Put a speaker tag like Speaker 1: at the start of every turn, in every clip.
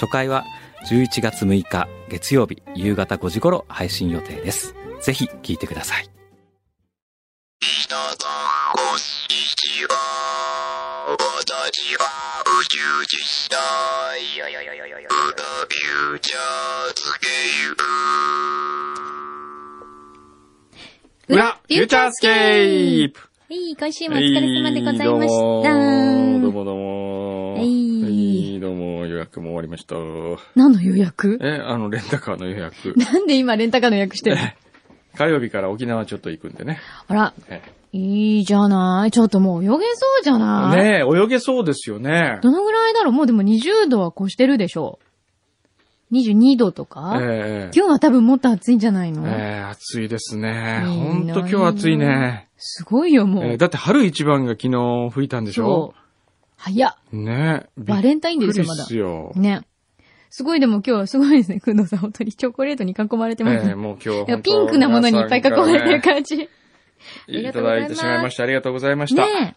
Speaker 1: 初回は11月6日月曜日夕方5時頃配信予定ですぜひ聞いてください
Speaker 2: 人とこんにちは。私は宇宙実体。フラフューチャースケープ。
Speaker 3: 裏、フューチャースケー
Speaker 4: プ
Speaker 3: はい、今週もお疲れ様でございました。
Speaker 4: はいどうもどうもどうも。
Speaker 3: はい
Speaker 4: はいどうも、予約も終わりました。
Speaker 3: 何の予約
Speaker 4: え、あの、レンタカーの予約。
Speaker 3: なんで今レンタカーの予約してるの
Speaker 4: 火曜日から沖縄ちょっと行くんでね。
Speaker 3: あら、
Speaker 4: え
Speaker 3: いいじゃない。ちょっともう泳げそうじゃない。
Speaker 4: ねえ、泳げそうですよね。
Speaker 3: どのぐらいだろうもうでも20度は越してるでしょう。22度とか、
Speaker 4: ええ
Speaker 3: 今日は多分もっと暑いんじゃないの、
Speaker 4: ええ暑いですね。
Speaker 3: いいな
Speaker 4: ほんと今日暑いね。
Speaker 3: すごいよ、もう。
Speaker 4: ええだって春一番が昨日吹いたんでしょ
Speaker 3: そう。早っ。
Speaker 4: ねえ。
Speaker 3: バレンタインデーですよ、
Speaker 4: び
Speaker 3: ま
Speaker 4: っくり
Speaker 3: だ
Speaker 4: っす。よ。
Speaker 3: ね。すごいでも今日はすごいですね。くんどさん、本当にチョコレートに囲まれてます
Speaker 4: ええ
Speaker 3: ね。
Speaker 4: もう今日は本
Speaker 3: い
Speaker 4: 当
Speaker 3: やピンクなものにいっぱい囲まれて
Speaker 4: 皆さ
Speaker 3: る
Speaker 4: んからね
Speaker 3: 感じ。
Speaker 4: いただいてしまいました。ありがとうございました。
Speaker 3: ね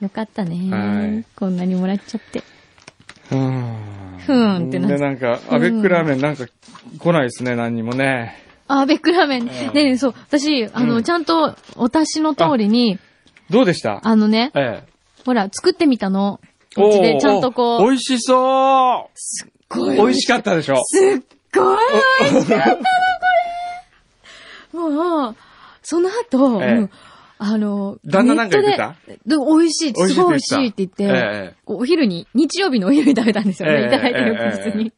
Speaker 3: え。よかったね。
Speaker 4: はい
Speaker 3: こんなにもらっちゃって。
Speaker 4: ふーん。
Speaker 3: ふーんってなっ
Speaker 4: で、なんか、アベックラーメンなんか来ないですね、何にもね。
Speaker 3: あ、ベックラーメン。ねえねえ、そう。私、あの、
Speaker 4: うん
Speaker 3: ちゃんと、お達しの通りに、
Speaker 4: どうでした
Speaker 3: あのね、
Speaker 4: ええ。
Speaker 3: ほら、作ってみたの。うち
Speaker 4: お
Speaker 3: で
Speaker 4: ー
Speaker 3: ちゃんとこ
Speaker 4: おー
Speaker 3: う。
Speaker 4: 美味しそう
Speaker 3: こう
Speaker 4: 美味しかったでしょ
Speaker 3: すっごい美味しかったの、これ。もう、その後、
Speaker 4: ええ
Speaker 3: うんあの、
Speaker 4: 旦那なんか言ってた
Speaker 3: ネットでで美味しい、すごい美味しいって言って、
Speaker 4: ええ
Speaker 3: こうお昼に、日曜日のお昼に食べたんですよね。
Speaker 4: ええ
Speaker 3: いただいてる
Speaker 4: ええ
Speaker 3: 普通に。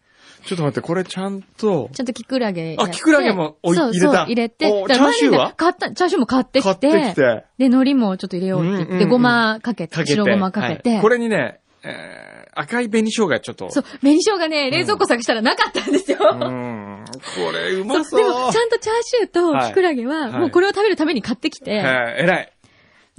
Speaker 4: ちょっと待って、これちゃんと、
Speaker 3: ちゃんとキクラゲやって。
Speaker 4: あキクラゲもおい
Speaker 3: そう
Speaker 4: 入れた
Speaker 3: そう、入れて。
Speaker 4: お
Speaker 3: だから
Speaker 4: チャーシューは
Speaker 3: 前にね買った、チャーシューも買って
Speaker 4: 買っ
Speaker 3: き
Speaker 4: て
Speaker 3: て。
Speaker 4: きて、
Speaker 3: で、海苔もちょっと入れようって言
Speaker 4: う
Speaker 3: って、
Speaker 4: んうんうん
Speaker 3: ごまかけて、
Speaker 4: かけて。
Speaker 3: 白ごまかけて。
Speaker 4: はいこれにね、えー赤い紅生姜ちょっと。
Speaker 3: そう、紅生姜ね、冷蔵庫探したらなかったんですよ。
Speaker 4: うーん。これう
Speaker 3: そ
Speaker 4: ま
Speaker 3: う
Speaker 4: そう。
Speaker 3: でも、ちゃんとチャーシュー
Speaker 4: は
Speaker 3: と
Speaker 4: い
Speaker 3: キクラゲ
Speaker 4: は
Speaker 3: は、
Speaker 4: い
Speaker 3: もうこれを食べるために買ってきて、
Speaker 4: ええ偉い。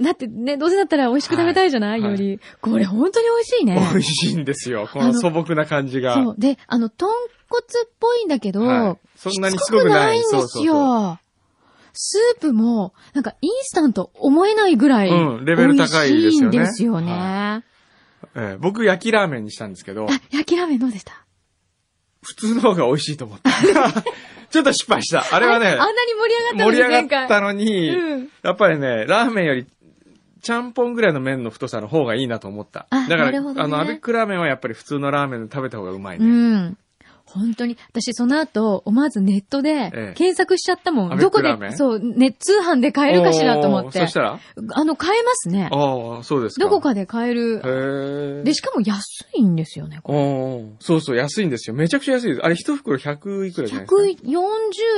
Speaker 3: だってね、どうせだったら美味しく食べたいじゃない、
Speaker 4: はい
Speaker 3: より。これ本当に美味しいね。
Speaker 4: 美味しいんですよ。この素朴な感じが。
Speaker 3: そう。で、あの、豚骨っぽいんだけど、
Speaker 4: はいそんなに
Speaker 3: し
Speaker 4: しつ
Speaker 3: つ
Speaker 4: こ
Speaker 3: こ
Speaker 4: く
Speaker 3: く
Speaker 4: な
Speaker 3: ないいんですよ。
Speaker 4: そうそう
Speaker 3: スープも、なんかインスタント思えないぐらい、
Speaker 4: うんレベル高いですよね
Speaker 3: 美味しいんですよね。
Speaker 4: はえー僕、焼きラーメンにしたんですけど、
Speaker 3: あ、焼きラーメンどうでした
Speaker 4: 普通の方が美味しいと思 った。ちょっと失敗した。あ
Speaker 3: あ
Speaker 4: れはね、
Speaker 3: あんなに
Speaker 4: 盛
Speaker 3: 盛り
Speaker 4: り
Speaker 3: 上が
Speaker 4: 上
Speaker 3: っ
Speaker 4: が
Speaker 3: たんです前回
Speaker 4: ったのに、
Speaker 3: うん
Speaker 4: やっぱりね、ラーメンより、ちゃんぽんぐらいの麺の太さの方がいいなと思った。
Speaker 3: あ
Speaker 4: だか
Speaker 3: な
Speaker 4: ら、
Speaker 3: るほどね
Speaker 4: あの、アベックラーメンはやっぱり普通のラーメンで食べた方がうまいうね。
Speaker 3: ん。本当に。私、その後、思わずネットで
Speaker 4: ええ、
Speaker 3: 検索しちゃったもん。
Speaker 4: あ
Speaker 3: どこ
Speaker 4: ビッグラーメ
Speaker 3: で、
Speaker 4: ン
Speaker 3: そう、ね、通販で買えるかしらと思っ
Speaker 4: おー
Speaker 3: て
Speaker 4: そし。たら
Speaker 3: あの、買えますね。
Speaker 4: ああ、そうですか。
Speaker 3: どこかで買える
Speaker 4: へ。ー
Speaker 3: で、しかも安いんですよね、これ
Speaker 4: おーそうそう、安いんですよ。めちゃくちゃ安いです。あれ、一袋100いくらじゃないですか。
Speaker 3: 140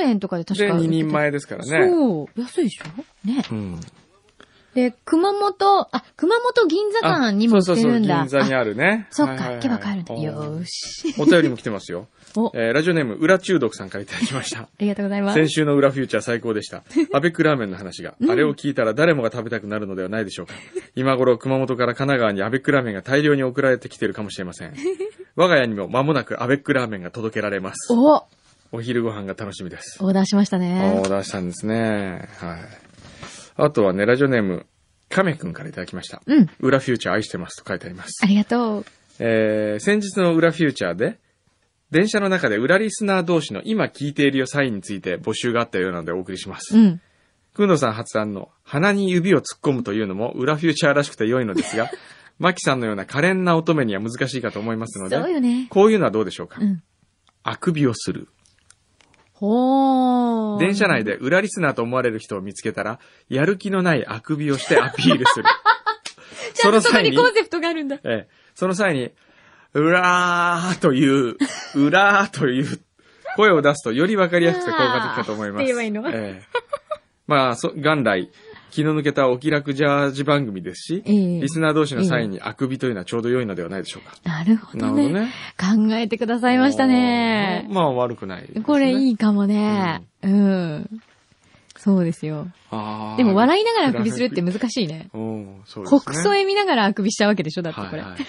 Speaker 3: 円とかで確
Speaker 4: で、
Speaker 3: か
Speaker 4: 2人前ですからね。
Speaker 3: そう。安いでしょね。
Speaker 4: うん。
Speaker 3: で、熊本、あ、熊本銀座
Speaker 4: あ
Speaker 3: 間にも売ってるんだ。
Speaker 4: そうそうそう、銀座に
Speaker 3: あ
Speaker 4: あるね。
Speaker 3: そっ
Speaker 4: はい
Speaker 3: か、
Speaker 4: はいはい
Speaker 3: 行けば帰るんだ。よ
Speaker 4: お
Speaker 3: ーし。
Speaker 4: お便りも来てますよ。
Speaker 3: お、あ
Speaker 4: えーラジオネーム、裏中毒さんからいただきま した。
Speaker 3: りがとうございます。
Speaker 4: 先週の裏フューチャー最高で した。アベックラーメンの話が、あれを聞いたら誰もが食べたくなるのではないでしょ うか。今頃、熊本から神奈川にアベックラーメンが大量に送られてきてるかもしれま せん。我が家にも間もなくアベックラーメンが届けられます。
Speaker 3: お、
Speaker 4: お昼ご飯が楽しみです。
Speaker 3: オーダーしました
Speaker 4: オ
Speaker 3: ね。
Speaker 4: ーダーしたんですね。はい。あとはね、ラジオネーム、亀くんからいただきました。
Speaker 3: うん。
Speaker 4: 裏フューチャー愛してますと書いてあります
Speaker 3: あ。りがとう。
Speaker 4: えー先日の裏フューチャーで、電車の中で裏リスナー同士の今聞いているよサインについて募集があったようなのでお送りします。
Speaker 3: う
Speaker 4: くん
Speaker 3: ん。
Speaker 4: どさん発案の鼻に指を突っ込むというのも裏フューチャーらしくて良いのです が、マキさんのような可憐な乙女には難しいかと思いますの
Speaker 3: そう
Speaker 4: で、
Speaker 3: よね。
Speaker 4: こういうのはどうでしょうか、
Speaker 3: うん。
Speaker 4: あくびをする。
Speaker 3: ほー。
Speaker 4: 電車内で裏リスナーと思われる人を見つけたら、やる気のないあくびをしてアピールする。
Speaker 3: ちゃんとそこにコンセプトがあるんだ。
Speaker 4: ええ、その際に、うらーと いう、うらーという声を出すとよりわかりやすくて効果的かと思います。
Speaker 3: あーって言えばいいの
Speaker 4: ええ、まあ、そ元来、気の抜けたお気楽ジャージ番組ですし、
Speaker 3: ええ
Speaker 4: リスナー同士の際にあくびというのはちょうど良いのではないでしょうか。
Speaker 3: なるほ
Speaker 4: な
Speaker 3: ど
Speaker 4: るほど
Speaker 3: ね。
Speaker 4: ね。
Speaker 3: 考えてくださいましたね
Speaker 4: お。ーまあ悪くないですね、
Speaker 3: これい
Speaker 4: い。
Speaker 3: いかもね。うん。そうですよ。でも笑いながらあくびするって難しいね。
Speaker 4: い。うん、そうですね。
Speaker 3: 国葬へ見ながらあくびしちゃうわけでしょだってこれ。
Speaker 4: はいはい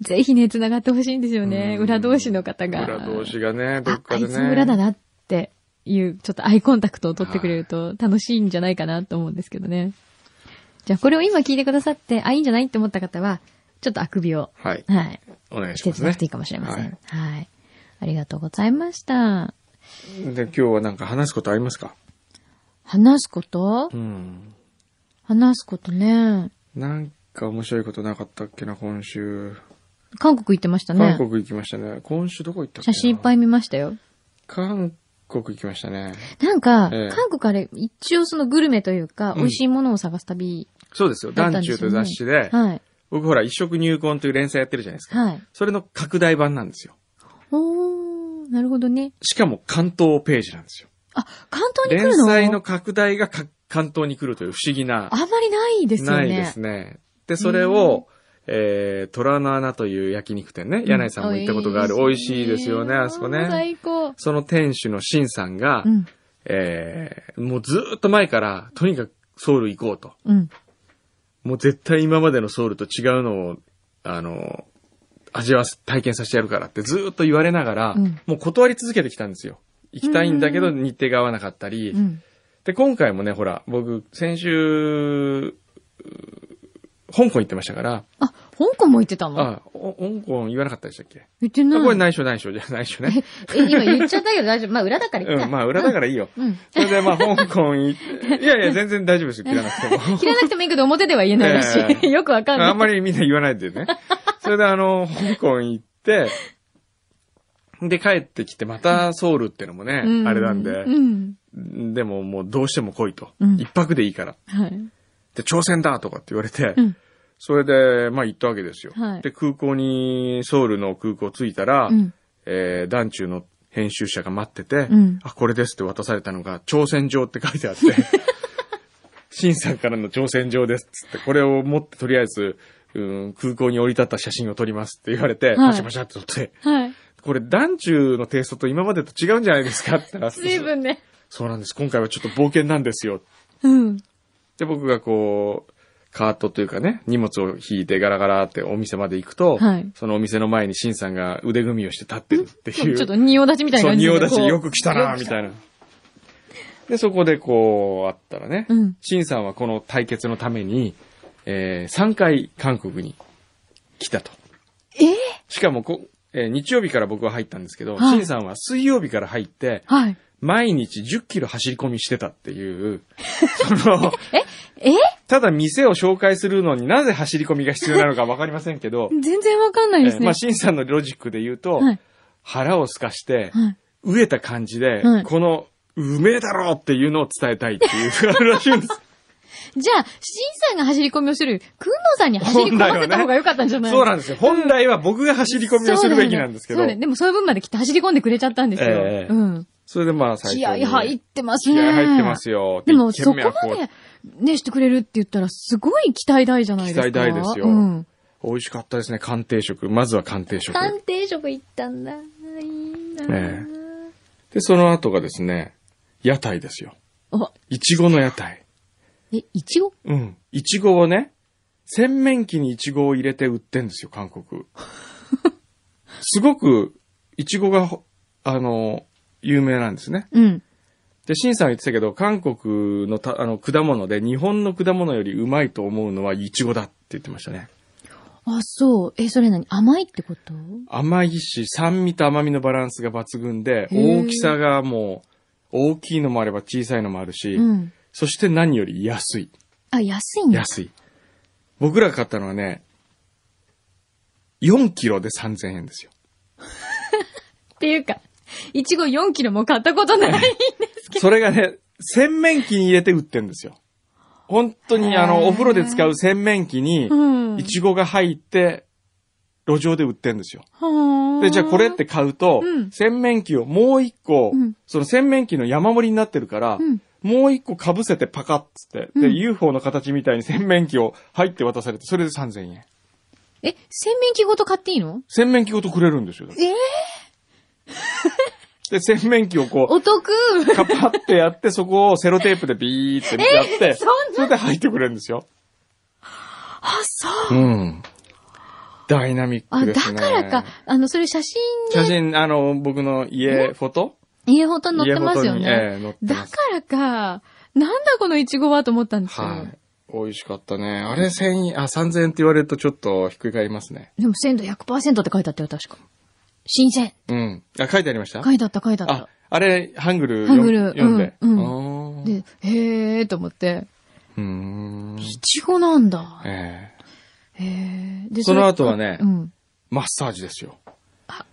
Speaker 3: ぜひね、繋がってほしいんですよね。
Speaker 4: うん
Speaker 3: 裏同士の方が。
Speaker 4: 裏同士がね、どっ
Speaker 3: あ、あ
Speaker 4: かで
Speaker 3: い
Speaker 4: ね。
Speaker 3: つも裏だなっていう、ちょっとアイコンタクトを取ってくれると楽しいんじゃないかなと思うんですけどね。じゃあこれを今聞いてくださって、あ、いいんじゃないって思った方は、ちょっとあくびを、
Speaker 4: はい。
Speaker 3: はい、
Speaker 4: お願い
Speaker 3: し
Speaker 4: して
Speaker 3: い
Speaker 4: ま
Speaker 3: た
Speaker 4: す
Speaker 3: だ
Speaker 4: ね
Speaker 3: くといいかもしれませ
Speaker 4: はい
Speaker 3: ん。はい、ありがとうございました。
Speaker 4: で、今日はなんか話すことありますか
Speaker 3: 話すこと
Speaker 4: うん。
Speaker 3: 話すことね。
Speaker 4: なんか面白いことなかったっけな、今週。
Speaker 3: 韓国行ってましたね
Speaker 4: 韓。国行きましたね。今週どこ行ったっけ
Speaker 3: 写
Speaker 4: な
Speaker 3: 真いっぱい見ましたよ。
Speaker 4: 韓国行きましたね。
Speaker 3: なんか、
Speaker 4: ええ
Speaker 3: 韓国あれ、一応そのグルメというか、
Speaker 4: ん
Speaker 3: 美味しいものを探す旅
Speaker 4: そうですよ。
Speaker 3: だった
Speaker 4: 団
Speaker 3: んです
Speaker 4: 中
Speaker 3: よね
Speaker 4: という雑誌で、
Speaker 3: はい。
Speaker 4: 僕ほら、一色入魂という連載やってるじゃないですか。
Speaker 3: はい。
Speaker 4: それの拡大版なんですよ。
Speaker 3: おー、なるほどね。
Speaker 4: しかも関東ページなんですよ。
Speaker 3: あ、関東に来
Speaker 4: 連
Speaker 3: るの
Speaker 4: 載の拡大がか関東に来るという不思議な。
Speaker 3: あんまりないですよね。
Speaker 4: ないですね。で、それを、えー、虎の穴という焼肉店ね。柳井さんも行ったことがある。美味しいですよね、あそこ
Speaker 3: もう
Speaker 4: ね。
Speaker 3: 最高。
Speaker 4: その店主のシンさんが、
Speaker 3: うん、
Speaker 4: えー、もうずーっと前から、とにかくソウル行こうと。
Speaker 3: うん。
Speaker 4: もう絶対今までのソウルと違うのを、あの、味わわせ、体験させてやるからってずーっと言われながら、
Speaker 3: うん
Speaker 4: もう断り続けてきたんですよ。行きたいんだけど日程が合わなかったり、
Speaker 3: うん。
Speaker 4: で、今回もね、ほら、僕、先週、うー香港行ってましたから、
Speaker 3: あ、香港も行ってたの
Speaker 4: あ、お香港言わなかったでしたっけ、
Speaker 3: 言ってな
Speaker 4: あこれ
Speaker 3: い。
Speaker 4: 内緒内緒じゃ内緒 ね。
Speaker 3: え、今言っちゃったけど大丈夫。まあ裏だから言っ
Speaker 4: う
Speaker 3: た。
Speaker 4: ん、まあ裏だからいいよ。
Speaker 3: うん。
Speaker 4: それでまあ香港行って、いやいや全然大丈夫ですよ、切らなくても。
Speaker 3: 切らなくてもいいけど表では言えないらし
Speaker 4: ええ
Speaker 3: い。よくわかんない。
Speaker 4: あんまりみんな言わないでね。それであの、香港行って、で帰ってきてまたソウルってのもね、
Speaker 3: う
Speaker 4: あれなんで
Speaker 3: う、ん。
Speaker 4: でももうどうしても来いと。
Speaker 3: うん
Speaker 4: 一泊でいいから。
Speaker 3: はい。
Speaker 4: で、挑戦だとかって言われて、
Speaker 3: うん
Speaker 4: それで、まあ行ったわけですよ。
Speaker 3: はい
Speaker 4: で、空港に、ソウルの空港着いたら、
Speaker 3: うん。
Speaker 4: えー、団中の編集者が待ってて、
Speaker 3: うん
Speaker 4: あ、これですって渡されたのが、挑戦状って書いて あって、新さんからの挑戦状ですっつって、これを持ってとりあえず、うん、空港に降り立った写真を撮りますって言われて、
Speaker 3: い
Speaker 4: パシャパシャって撮って、
Speaker 3: はい。
Speaker 4: これ団中のテイストと今までと違うんじゃないですかってなって
Speaker 3: 随分ね。
Speaker 4: そうなんです。今回はちょっと冒険なんですよ。
Speaker 3: うん。
Speaker 4: で、僕がこう、カートというかね、荷物を引いてガラガラってお店まで行くと、
Speaker 3: はい
Speaker 4: そのお店の前にシンさんが腕組みをして立ってるって
Speaker 3: ち
Speaker 4: いう。
Speaker 3: ょっと仁王立ちみたいな
Speaker 4: そう、
Speaker 3: 感じ
Speaker 4: 仁
Speaker 3: で
Speaker 4: 王立ち
Speaker 3: こう
Speaker 4: よく来たな、みたいな。で、そこでこう、あったらね、
Speaker 3: うん
Speaker 4: シンさんはこの対決のために、えー、3回韓国に来たと。
Speaker 3: え
Speaker 4: しかもこ、えー日曜日から僕は入ったんですけど、
Speaker 3: はい
Speaker 4: シンさんは水曜日から入って、
Speaker 3: はい。
Speaker 4: 毎日10キロ走り込みしてたっていう、その、
Speaker 3: え、
Speaker 4: ただ店を紹介するのになぜ走り込みが必要なのかわかりませんけど
Speaker 3: 全然わかんないです
Speaker 4: えー
Speaker 3: ね。
Speaker 4: まあ、シンさんのロジックで言うと、
Speaker 3: はい。
Speaker 4: 腹をすかして、
Speaker 3: はい。
Speaker 4: 飢えた感じで、
Speaker 3: はい
Speaker 4: この、うめえだろうっていうのを伝えたいっていう、あ るらしいんです。
Speaker 3: じゃあ、シンさんが走り込みをするより、くんのさんに走り込 ませた方が良かったんじゃない
Speaker 4: そうなんですよ。本来は僕が走り込みをするべきなんですけど
Speaker 3: そう。だよねそうだよねでもその分まで来て走り込んでくれちゃったんですよ。
Speaker 4: ええ
Speaker 3: うん。
Speaker 4: それでまあ最
Speaker 3: 気
Speaker 4: 近
Speaker 3: 合
Speaker 4: に。
Speaker 3: 入ってます
Speaker 4: 気
Speaker 3: ね。
Speaker 4: 合入ってますよ。
Speaker 3: でも、
Speaker 4: 一
Speaker 3: そ
Speaker 4: 軒
Speaker 3: こ
Speaker 4: 目は
Speaker 3: まで、ね、してくれるって言ったら、すごい期待大じゃないですか。
Speaker 4: 期待大ですよ
Speaker 3: うん。
Speaker 4: 美味しかったですね。鑑定食。まずは鑑定食。
Speaker 3: 鑑定職行ったんだ。いいな
Speaker 4: え
Speaker 3: ぁ
Speaker 4: で、その後がですね、屋台ですよ。
Speaker 3: お、
Speaker 4: いちごの屋台。
Speaker 3: え、いちご
Speaker 4: うん。いちごをね、洗面器にいちごを入れて売ってんですよ、韓 国。すごく、いちごがほ、あの、有名なんですね。
Speaker 3: うん。
Speaker 4: で、シンさんは言ってたけど、韓国のたあの果物で、日本の果物よりうまいと思うのはイチゴだって言ってましたね。
Speaker 3: あ、そう。え、それ何甘いってこと
Speaker 4: 甘いし、酸味と甘みのバランスが抜群で、
Speaker 3: ー
Speaker 4: 大きさがもう、大きいのもあれば小さいのもあるし、
Speaker 3: うん。
Speaker 4: そして何より安い。
Speaker 3: あ、安いんだ。
Speaker 4: 安い。僕らが買ったのはね、4キロで3000円ですよ。
Speaker 3: っていうか、いちご4キロも買ったことない。
Speaker 4: それがね、洗面器に入れて売ってんですよ。本当にあ
Speaker 3: へー
Speaker 4: の、お風呂で使う洗面器に、
Speaker 3: うん。
Speaker 4: いちごが入って、路上で売ってんですよ。
Speaker 3: はあ
Speaker 4: で、じゃあこれって買うと、
Speaker 3: うん
Speaker 4: 洗面器をもう一個、
Speaker 3: うん
Speaker 4: その洗面器の山盛りになってるから、
Speaker 3: うん
Speaker 4: もう一個被せてパカッつって、で、
Speaker 3: うん
Speaker 4: UFO の形みたいに洗面器を入って渡されて、それで3000円。
Speaker 3: え、洗面器ごと買っていいの
Speaker 4: 洗面器ごとくれるんですよ。だって
Speaker 3: え
Speaker 4: で、洗面器をこ
Speaker 3: お得
Speaker 4: う、カパッてやって、そこをセロテープでビーってやって、
Speaker 3: えそんな
Speaker 4: れで入ってくれるんですよ。
Speaker 3: あ、そう。
Speaker 4: うん。ダイナミッ
Speaker 3: あ、
Speaker 4: クで
Speaker 3: だ
Speaker 4: すね。
Speaker 3: からか。あの、それ写真
Speaker 4: 写真、あの、僕の家、フォト
Speaker 3: 家ほと載ってます
Speaker 4: 家フォ
Speaker 3: よ
Speaker 4: トに
Speaker 3: ね。
Speaker 4: ええ載って
Speaker 3: だ
Speaker 4: ます。
Speaker 3: からか、なんだこのイチゴはと思ったんですよ。
Speaker 4: はい。美味しかったね。あれ1000円、あ、3000円って言われるとちょっとひっくり返りますね。
Speaker 3: でも鮮度100%って書いてあったよ、確か。新鮮。
Speaker 4: うん。あ、書いてありました
Speaker 3: 書いてあった、書いてあっ
Speaker 4: あ
Speaker 3: た。、
Speaker 4: あれ、ハングル
Speaker 3: ハングル
Speaker 4: 読んで。
Speaker 3: うん
Speaker 4: あー
Speaker 3: で、へーと思って、
Speaker 4: うーん。
Speaker 3: イチゴなんだ。
Speaker 4: ええ
Speaker 3: へー。で
Speaker 4: その後はね
Speaker 3: うん。
Speaker 4: マッサージですよ
Speaker 3: あ。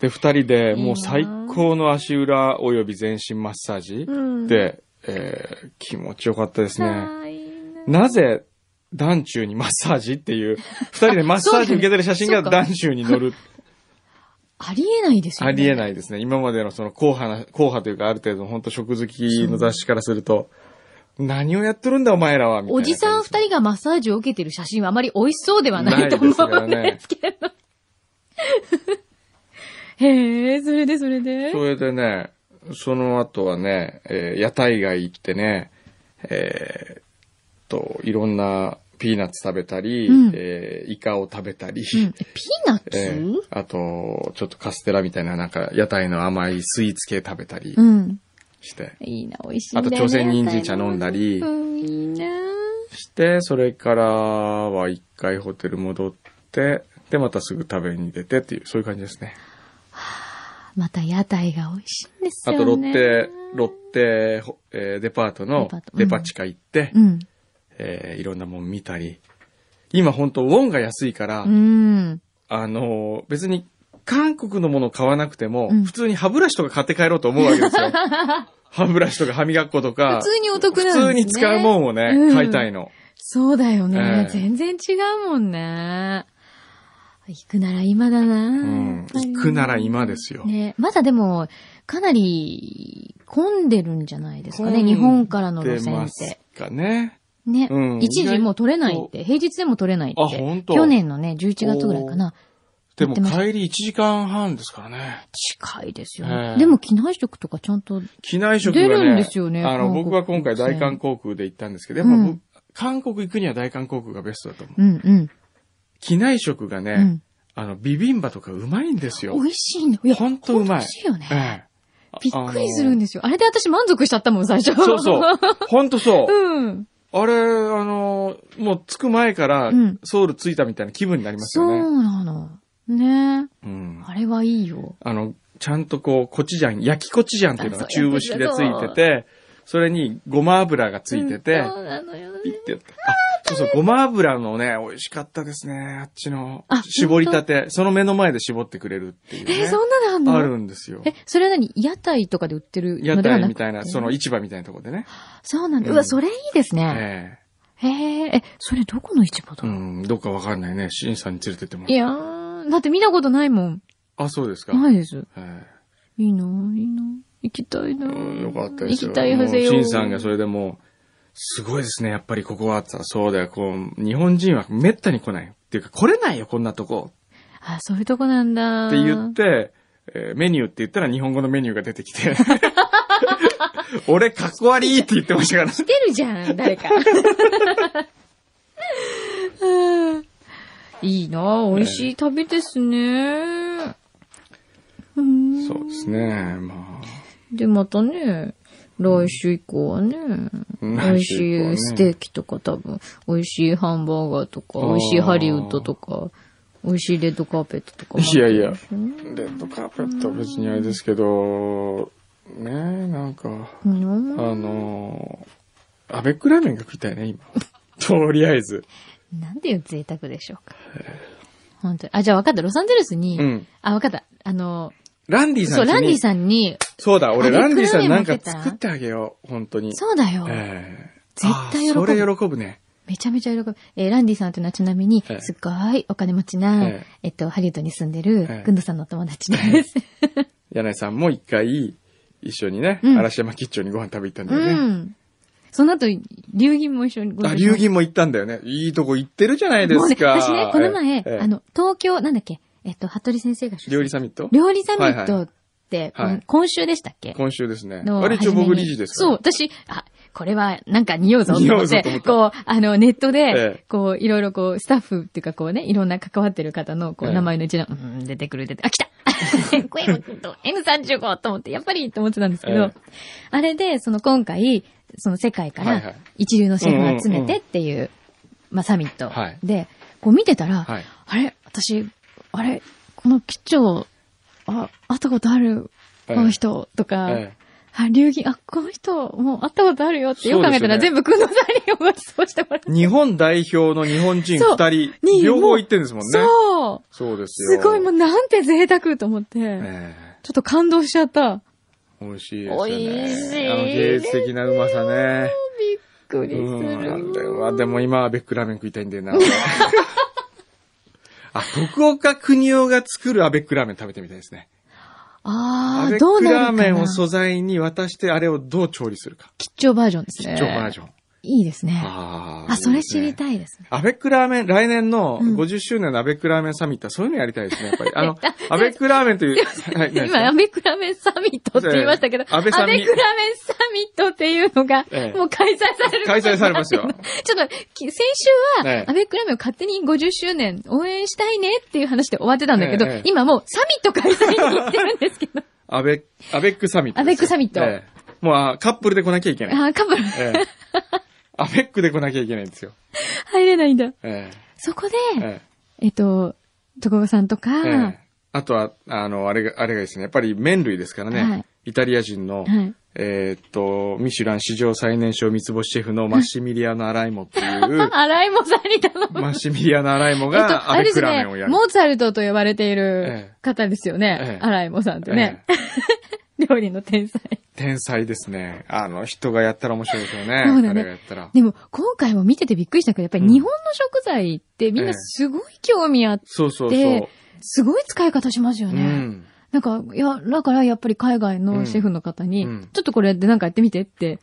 Speaker 4: で、二人で
Speaker 3: いいな
Speaker 4: もう最高の足裏及び全身マッサージ
Speaker 3: うん
Speaker 4: で、えー気持ちよかったですね。
Speaker 3: あーいいな
Speaker 4: なぜ、団中にマッサージっていう、二人でマッサージ受けてる写真が
Speaker 3: あそうだね
Speaker 4: 団中に載る。
Speaker 3: ありえないですよね。
Speaker 4: ありえ
Speaker 3: い。
Speaker 4: ないですね。今までのその、硬派な、硬派というかある程度の本当食好きの雑誌からすると、何をやっとるんだお前らは、みたいな
Speaker 3: お
Speaker 4: 感じ
Speaker 3: じ
Speaker 4: ですね。
Speaker 3: さん二人がマッサージを受けてる写真はあまり美味しそうではな
Speaker 4: ないい
Speaker 3: と
Speaker 4: で
Speaker 3: 思
Speaker 4: すから
Speaker 3: うん
Speaker 4: ね
Speaker 3: ですけど。へえ、それでそれで。
Speaker 4: それでね、その後はね、えー屋台街行ってね、えーっと、いろんなピーナッツ食べたり、
Speaker 3: うん
Speaker 4: えーイカを食べたり、
Speaker 3: うん、ピーナッツ、
Speaker 4: えーあと、ちょっとカステラみたいな、なんか、屋台の甘いスイーツ系食べたり
Speaker 3: うん。
Speaker 4: して、
Speaker 3: いいな、美味しいんだよ、ね。
Speaker 4: あと朝鮮人参茶飲んだり
Speaker 3: うん、いいな。
Speaker 4: して、それからは一回ホテル戻って、で、またすぐ食べに出てっていう、そういう感じですね。
Speaker 3: また屋台が美味しいんです
Speaker 4: あ
Speaker 3: よね。
Speaker 4: と、ロッテ、ロッテ、ほえーデパート
Speaker 3: デ
Speaker 4: の
Speaker 3: パートうん
Speaker 4: デパ地下行って、
Speaker 3: うん。
Speaker 4: えーいろんなもん見たり。今本当ウォンが安いから、
Speaker 3: うん。
Speaker 4: あのー別に韓国のもの買わなくても、
Speaker 3: うん
Speaker 4: 普通に歯ブラシとか買って帰ろうと思うわけです よ。歯ブラシとか歯磨き粉とか、
Speaker 3: 普通にお得なんですね。
Speaker 4: 普通に使うもんをね、
Speaker 3: うん
Speaker 4: 買いたいの。
Speaker 3: そうだよね。
Speaker 4: ええ
Speaker 3: 全然違うもんね。行くなら今だな、
Speaker 4: ん行くなら今ですよ
Speaker 3: ね。まだでも、かなり混んでるんじゃないですかね。日本からの路線
Speaker 4: ま
Speaker 3: っ
Speaker 4: す
Speaker 3: て。
Speaker 4: かね。
Speaker 3: ね、
Speaker 4: うん
Speaker 3: 一時もう取れないっ
Speaker 4: 意
Speaker 3: て、平日でも取れないって。
Speaker 4: あ本当
Speaker 3: 去年のね、11月ぐらいかな。
Speaker 4: で
Speaker 3: 行っ
Speaker 4: も
Speaker 3: てました
Speaker 4: 帰り1時間半ですからね。
Speaker 3: 近いですよね。
Speaker 4: ええ
Speaker 3: でも機内食とかちゃんと、
Speaker 4: 機内食がね、
Speaker 3: 出るんですよね
Speaker 4: あの、
Speaker 3: 韓国
Speaker 4: 僕は今回大韓航空で行ったんですけど、やっ
Speaker 3: う
Speaker 4: ぱ
Speaker 3: ん
Speaker 4: 僕韓国行くには大韓航空がベストだと思う。
Speaker 3: うんうん。
Speaker 4: 機内食がね、
Speaker 3: うん
Speaker 4: あの、ビビンバとかうまいんですよ。
Speaker 3: 美味しいんだ。いや、
Speaker 4: ほんとうまい
Speaker 3: 美味しいよね。
Speaker 4: ええ
Speaker 3: びっくりするん
Speaker 4: で
Speaker 3: ですよ。あれで私満足しちゃったもん、最初。
Speaker 4: そうそう。ほんとそう。
Speaker 3: うん。
Speaker 4: あれ、あの、もう着く前から
Speaker 3: うん
Speaker 4: ソウル着いたみたいな気分になります
Speaker 3: そ
Speaker 4: よね。
Speaker 3: うなの。ね
Speaker 4: うん。
Speaker 3: あれはいいよ。
Speaker 4: あの、ちゃんとこう、コチュジャン、焼きコチュジャンっていうのが
Speaker 3: あそう
Speaker 4: 中部式でついてて、それにごま油がついてて
Speaker 3: うん、そうなのよね
Speaker 4: ピッてやって。あ、そうそう、ごま油のね、美味しかったですね。あっちの
Speaker 3: あ。
Speaker 4: 絞りたて。その目の前で絞ってくれるっていうね。
Speaker 3: えそんなのあ
Speaker 4: あ
Speaker 3: るの
Speaker 4: るんですよ。
Speaker 3: え、それは何屋台とかで売ってる
Speaker 4: 屋
Speaker 3: のではな
Speaker 4: 台
Speaker 3: く
Speaker 4: みたいな、その市場みたいなところでね。
Speaker 3: そうなんだ。
Speaker 4: うん
Speaker 3: うわ、それいいですね。
Speaker 4: え
Speaker 3: へえ、え、それどこの市場
Speaker 4: え
Speaker 3: だ
Speaker 4: うん、どっかわかんないね。シンさんに連れてっても
Speaker 3: い
Speaker 4: らう。
Speaker 3: やー、だって見たことないもん。
Speaker 4: あ、そうですか。
Speaker 3: ないです。
Speaker 4: え
Speaker 3: いいな、いいな。行きたい
Speaker 4: え
Speaker 3: な。
Speaker 4: うんよかったで
Speaker 3: 行
Speaker 4: すよ。
Speaker 3: きたいはずよ。
Speaker 4: もうシンさんがそれでもう、すごいですね、やっぱりここは。つったらそうだよ、こう、日本人はめったに来ないよ。っていうか、来れないよ、こんなとこ。
Speaker 3: あ、そういうとこなんだ。
Speaker 4: って言って、えーメニューって言ったら日本語のメニューが出てきて。 俺、かっこ悪いって言ってましたから。
Speaker 3: 来てるじ ゃん、誰か。うんいいなぁ、美味しい旅ですね。うん
Speaker 4: そうですね、まあ。
Speaker 3: で、またね、来週以降はね、美味しいステーキとか多分、美味しいハンバーガーとか、
Speaker 4: あー
Speaker 3: 美味しいハリウッドとか、美味しいレッドカーペットとか。
Speaker 4: いやいや、レッドカーペットは別にあれですけど、ねえ、なんか、
Speaker 3: うん
Speaker 4: あのー、アベックラーメンが食いたいね、今。 とりあえず。
Speaker 3: なんていう贅沢でしょうか。本当に。あ、じゃあ分かった、ロサンゼルスに、
Speaker 4: うん
Speaker 3: あ、分かった、あの、
Speaker 4: ランディさん
Speaker 3: そ
Speaker 4: 家
Speaker 3: う、
Speaker 4: に
Speaker 3: ランディさんに、
Speaker 4: そうだ、俺
Speaker 3: アベック
Speaker 4: ランディさんなん
Speaker 3: ラーメ
Speaker 4: か
Speaker 3: ン持ってった
Speaker 4: 作ってあげよう、本当に。
Speaker 3: そうだよ。
Speaker 4: ええ
Speaker 3: 絶対喜ぶ
Speaker 4: あーそれ喜ぶね。
Speaker 3: めちゃめちゃ喜ぶ。えーランディさんというのはちなみに
Speaker 4: ええ、
Speaker 3: すっごいお金持ちな、え
Speaker 4: え
Speaker 3: っと、ハリウッドに住んで
Speaker 4: え
Speaker 3: る
Speaker 4: え、
Speaker 3: グンドさんのお友達です。
Speaker 4: 柳井さんも一回、一緒にね、
Speaker 3: うん
Speaker 4: 嵐山吉兆にご飯食べ行ったんだ
Speaker 3: う
Speaker 4: よね。
Speaker 3: ん。その後、流銀も一緒にご
Speaker 4: あ、流銀も行ったんだよね。いいとこ行ってるじゃないですか。
Speaker 3: もうね私ね、この前
Speaker 4: え、え
Speaker 3: あ、の、東京、なんだっけ、えっと、服部先生が主催
Speaker 4: 料理サミット
Speaker 3: 料理サミットって、
Speaker 4: はいはい
Speaker 3: うん今週でしたっけ
Speaker 4: 今週ですね。
Speaker 3: の
Speaker 4: あれ一応
Speaker 3: 初めに
Speaker 4: 僕理事です
Speaker 3: そう、
Speaker 4: か
Speaker 3: 私、あ、これはなんか匂うぞと思って、
Speaker 4: 匂うぞと
Speaker 3: こう、あの、ネット
Speaker 4: え
Speaker 3: で
Speaker 4: え、
Speaker 3: こう、いろいろこう、スタッフっていうかこうね、いろんな関わってる方の、こ
Speaker 4: え
Speaker 3: う、
Speaker 4: え
Speaker 3: 名前のうちの、うん、出てくる出て、あ、来た クエム君と N35 と思って、やっぱりと思ってたんですけど、
Speaker 4: ええ
Speaker 3: あれで、その今回、その世界か
Speaker 4: はいはい
Speaker 3: ら一流のシェフを集めてっていう、まあ、サミット
Speaker 4: はい
Speaker 3: で、こう見てたら、
Speaker 4: ら。はい。
Speaker 3: あれ私、あれこの吉兆、あ、会ったことある、この人、とか、
Speaker 4: ええ
Speaker 3: あ、流儀、あ、この人、もう会ったことあるよって、よく考えたら
Speaker 4: そうですよ
Speaker 3: 全部くんのさんに ごちそうしてもらって。
Speaker 4: 日本代表の日本人
Speaker 3: そう
Speaker 4: 二
Speaker 3: に
Speaker 4: 人、両方行ってんですもんね。
Speaker 3: そう
Speaker 4: そうです
Speaker 3: す
Speaker 4: よ。
Speaker 3: ごい、もうなんて贅沢と思って、
Speaker 4: え
Speaker 3: ちょっと感動しちゃった。
Speaker 4: え美味しいですよね。
Speaker 3: 美味しい
Speaker 4: あの芸術的なうまさね。
Speaker 3: びっくりす
Speaker 4: うん、なんだ
Speaker 3: る。
Speaker 4: よ。あでも今はベックラーメン食いたいんだよな。 あ、徳岡国夫が作るアベックラーメン食べてみたいですね。ア
Speaker 3: あ
Speaker 4: ベ
Speaker 3: ー、
Speaker 4: ッ
Speaker 3: どう
Speaker 4: ク
Speaker 3: なる
Speaker 4: ラー
Speaker 3: か
Speaker 4: メンを
Speaker 3: な
Speaker 4: 素材に渡して、あれをどう調理するか。
Speaker 3: 吉兆バージョンですね。
Speaker 4: 出張バージョン。
Speaker 3: いいですね。
Speaker 4: あー
Speaker 3: あ、それ知り
Speaker 4: い。
Speaker 3: たいですね。
Speaker 4: アベックラーメン、来年の
Speaker 3: うん
Speaker 4: 50周年のアベックラーメンサミットはそういうのやりたいですね、やっぱり。あ の、アベックラーメンという、はい、何です
Speaker 3: 今、
Speaker 4: か
Speaker 3: アベクラメンサミットって言いましたけど、
Speaker 4: ええ安倍さんに
Speaker 3: アベクラメンサミットっていうのが
Speaker 4: え、え
Speaker 3: もう開催されることになってる
Speaker 4: 開催されますよ
Speaker 3: ちょっと、き先週
Speaker 4: え
Speaker 3: は
Speaker 4: え、
Speaker 3: アベクラメンを勝手に50周年応援したいねっていう話で終わってたんだけど
Speaker 4: ええええ、
Speaker 3: 今もうサミット開催に行ってるんですけど、
Speaker 4: アベッ、アベックサミットですよ。
Speaker 3: アベックサミット
Speaker 4: ええもうあカップルで来なきゃいけない。
Speaker 3: あー、カップル
Speaker 4: ええアベックで来なきゃいけないんですよ。
Speaker 3: 入れないんだ。
Speaker 4: え
Speaker 3: そこ
Speaker 4: え
Speaker 3: で、
Speaker 4: え
Speaker 3: えっと、徳川さんと
Speaker 4: ええ
Speaker 3: か
Speaker 4: え、あとは、あの、あれが、あれがですね、やっぱり麺類ですからね、
Speaker 3: はい
Speaker 4: イタリア人の、
Speaker 3: はい
Speaker 4: えーっと、ミシュラン史上最年少三つ星シェフのマシミリアノ・アライモってい う、
Speaker 3: 洗いもさんに頼む。
Speaker 4: マシミリアノ・アライモ
Speaker 3: えっ
Speaker 4: が
Speaker 3: と、
Speaker 4: ア
Speaker 3: あれ
Speaker 4: ベッ
Speaker 3: で
Speaker 4: ク
Speaker 3: す
Speaker 4: ラーメ
Speaker 3: ね
Speaker 4: ンをや、る。
Speaker 3: モーツァルトと呼ばれている
Speaker 4: え
Speaker 3: 方ですよね
Speaker 4: え。え
Speaker 3: 洗いもさんってね。
Speaker 4: ええ
Speaker 3: 料理の天才。
Speaker 4: 天才ですね。あの、人がやったら面白いですよね。
Speaker 3: そうだね
Speaker 4: 彼がやったら。
Speaker 3: でも、今回も見ててびっくりしたけど、やっぱり
Speaker 4: うん
Speaker 3: 日本の食材ってみんなすごい興味あって、
Speaker 4: そうそうそう。
Speaker 3: ですごい使い方しますよ
Speaker 4: う
Speaker 3: ね。
Speaker 4: ん。
Speaker 3: なんか、いや、だからやっぱり海外のシェフの方に、
Speaker 4: うんうん
Speaker 3: ちょっとこれでなんかやってみてって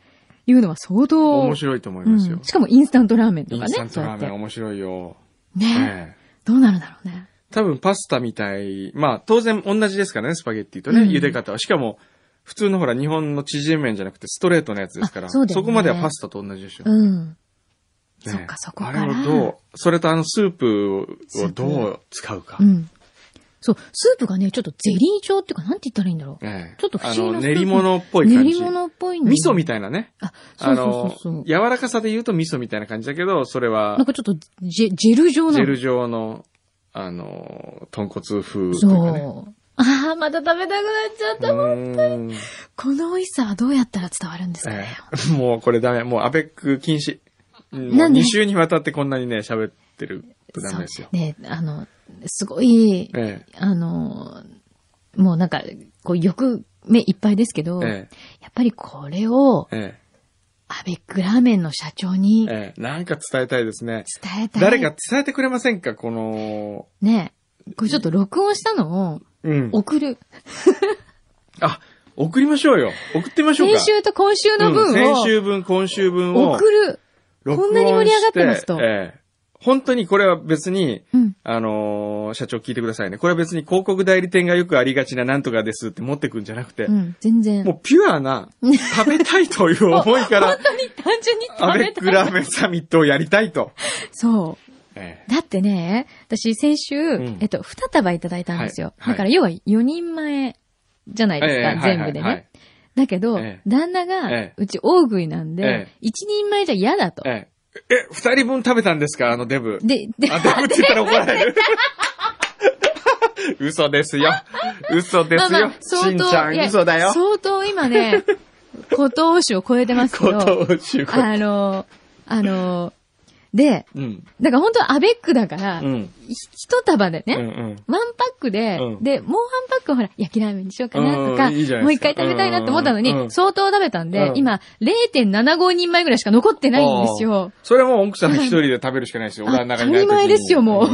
Speaker 3: いうのは相当。
Speaker 4: 面白いと思いますよ。
Speaker 3: うんしかもインスタントラーメンと
Speaker 4: イ
Speaker 3: か
Speaker 4: ン
Speaker 3: ね。
Speaker 4: スタントラーメン
Speaker 3: そうやっ
Speaker 4: 面白いよ。
Speaker 3: てね、
Speaker 4: ええ
Speaker 3: どうなるんだろうね。
Speaker 4: 多分パスタみたい。まあ当然同じですからね、スパゲッティとね、
Speaker 3: うん
Speaker 4: 茹で方は。しかも、普通のほら日本の縮れ麺じゃなくてストレートのやつですから。
Speaker 3: あそうだよね
Speaker 4: こまではパスタと同じでしょ。
Speaker 3: うん。
Speaker 4: ね
Speaker 3: そっかそこから
Speaker 4: あれをどう、それとあのスープをどう使うか。
Speaker 3: うん。そう、スープがね、ちょっとゼリー状っていうか、なんて言ったらいいんだろう。
Speaker 4: ええ
Speaker 3: ちょっと不思議な
Speaker 4: あの
Speaker 3: スープ
Speaker 4: 練り物っぽい
Speaker 3: 練
Speaker 4: 感じ。
Speaker 3: り物っぽいんだよ
Speaker 4: 味噌みたいなね。
Speaker 3: あ、そ
Speaker 4: あ
Speaker 3: うそう
Speaker 4: の
Speaker 3: そうそう、。
Speaker 4: 柔らかさで言うと味噌みたいな感じだけど、それ
Speaker 3: なん
Speaker 4: は
Speaker 3: かちょっとジェジェル状な
Speaker 4: ジェ
Speaker 3: の
Speaker 4: ル状の、あの、豚骨風というかね。
Speaker 3: そう。ああ、また食べたくなっちゃった。
Speaker 4: うん
Speaker 3: この美味しさはどうやったら伝わるんですかね。
Speaker 4: ええ もうこれダメ。もうアベック禁止。も
Speaker 3: な
Speaker 4: うん
Speaker 3: で
Speaker 4: 2週にわたってこんなにね、喋ってるとダメですよ。
Speaker 3: そうね、あの、すごい、
Speaker 4: え
Speaker 3: あの、もうなんか、こう、欲目いっぱいですけど、
Speaker 4: え、え
Speaker 3: やっぱりこれを
Speaker 4: え、、え
Speaker 3: アベックラーメンの社長に
Speaker 4: え、ええ、なんか伝えたいですね。
Speaker 3: 伝えたい。
Speaker 4: 誰か伝えてくれませんかこの、
Speaker 3: ね、これちょっと録音したのを
Speaker 4: うん。
Speaker 3: 送る。
Speaker 4: あ、送りましょうよ。送ってみましょうか。
Speaker 3: 先週と今週の
Speaker 4: うん
Speaker 3: 分
Speaker 4: 先
Speaker 3: を
Speaker 4: 週分、今週分を
Speaker 3: 送。る。
Speaker 4: 録
Speaker 3: こ
Speaker 4: 音
Speaker 3: んなに盛り上がってます
Speaker 4: し
Speaker 3: と
Speaker 4: ええ本当にこれは別に、
Speaker 3: うん。
Speaker 4: あのー社長聞いてくださいね。これは別に広告代理店がよくありがちななんとかですって持ってくんじゃなくて、
Speaker 3: うん。全然。
Speaker 4: もうピュアな、食べたいと いう思いから、
Speaker 3: 単純に
Speaker 4: ア
Speaker 3: 食
Speaker 4: ベ
Speaker 3: べ
Speaker 4: ック
Speaker 3: たい。
Speaker 4: ラーメンサミットをやりたいと。
Speaker 3: そう。
Speaker 4: え
Speaker 3: だってね、私先週、
Speaker 4: ん
Speaker 3: えっと、二束いただいたんですよ。
Speaker 4: はいはい
Speaker 3: だから要は4人前じゃないですか、
Speaker 4: ええ
Speaker 3: 全部
Speaker 4: は
Speaker 3: でね。
Speaker 4: いはいはい
Speaker 3: だけど、
Speaker 4: ええ
Speaker 3: 旦那が、
Speaker 4: ええ
Speaker 3: うち大食いなん
Speaker 4: え
Speaker 3: で
Speaker 4: え、
Speaker 3: 一、人前じゃ嫌だと。
Speaker 4: えええ、え二人分食べたんですかあのデ ブ。
Speaker 3: で、で、
Speaker 4: あ、デブって言ったら怒られる。 嘘ですよ。嘘ですよ。しんちゃ
Speaker 3: いや
Speaker 4: ん嘘だよ。
Speaker 3: 相当今 ね、古東市を超えてますけ
Speaker 4: こ
Speaker 3: ど、
Speaker 4: とを主 語。
Speaker 3: あの、あの、で、
Speaker 4: うん。
Speaker 3: だから本当はアベックだから、
Speaker 4: うん。
Speaker 3: ひ一束でね、
Speaker 4: うんうん。
Speaker 3: ワンパックで、
Speaker 4: うん
Speaker 3: で、もうワンパックをほら、焼きラーメンにしようかなとか、
Speaker 4: うんいいじゃ
Speaker 3: も
Speaker 4: な
Speaker 3: う
Speaker 4: い
Speaker 3: 一
Speaker 4: ですか
Speaker 3: 回食べたいなって思ったのに、
Speaker 4: うんうん
Speaker 3: 相当食べたんで、
Speaker 4: うん
Speaker 3: 今、0.75人前ぐらいしか残ってないんですよ。
Speaker 4: それはもう奥さん一人で食べるしかないですよ。お
Speaker 3: あ
Speaker 4: 腹の
Speaker 3: 当
Speaker 4: 中
Speaker 3: た
Speaker 4: にない時に
Speaker 3: り前ですよ、もう。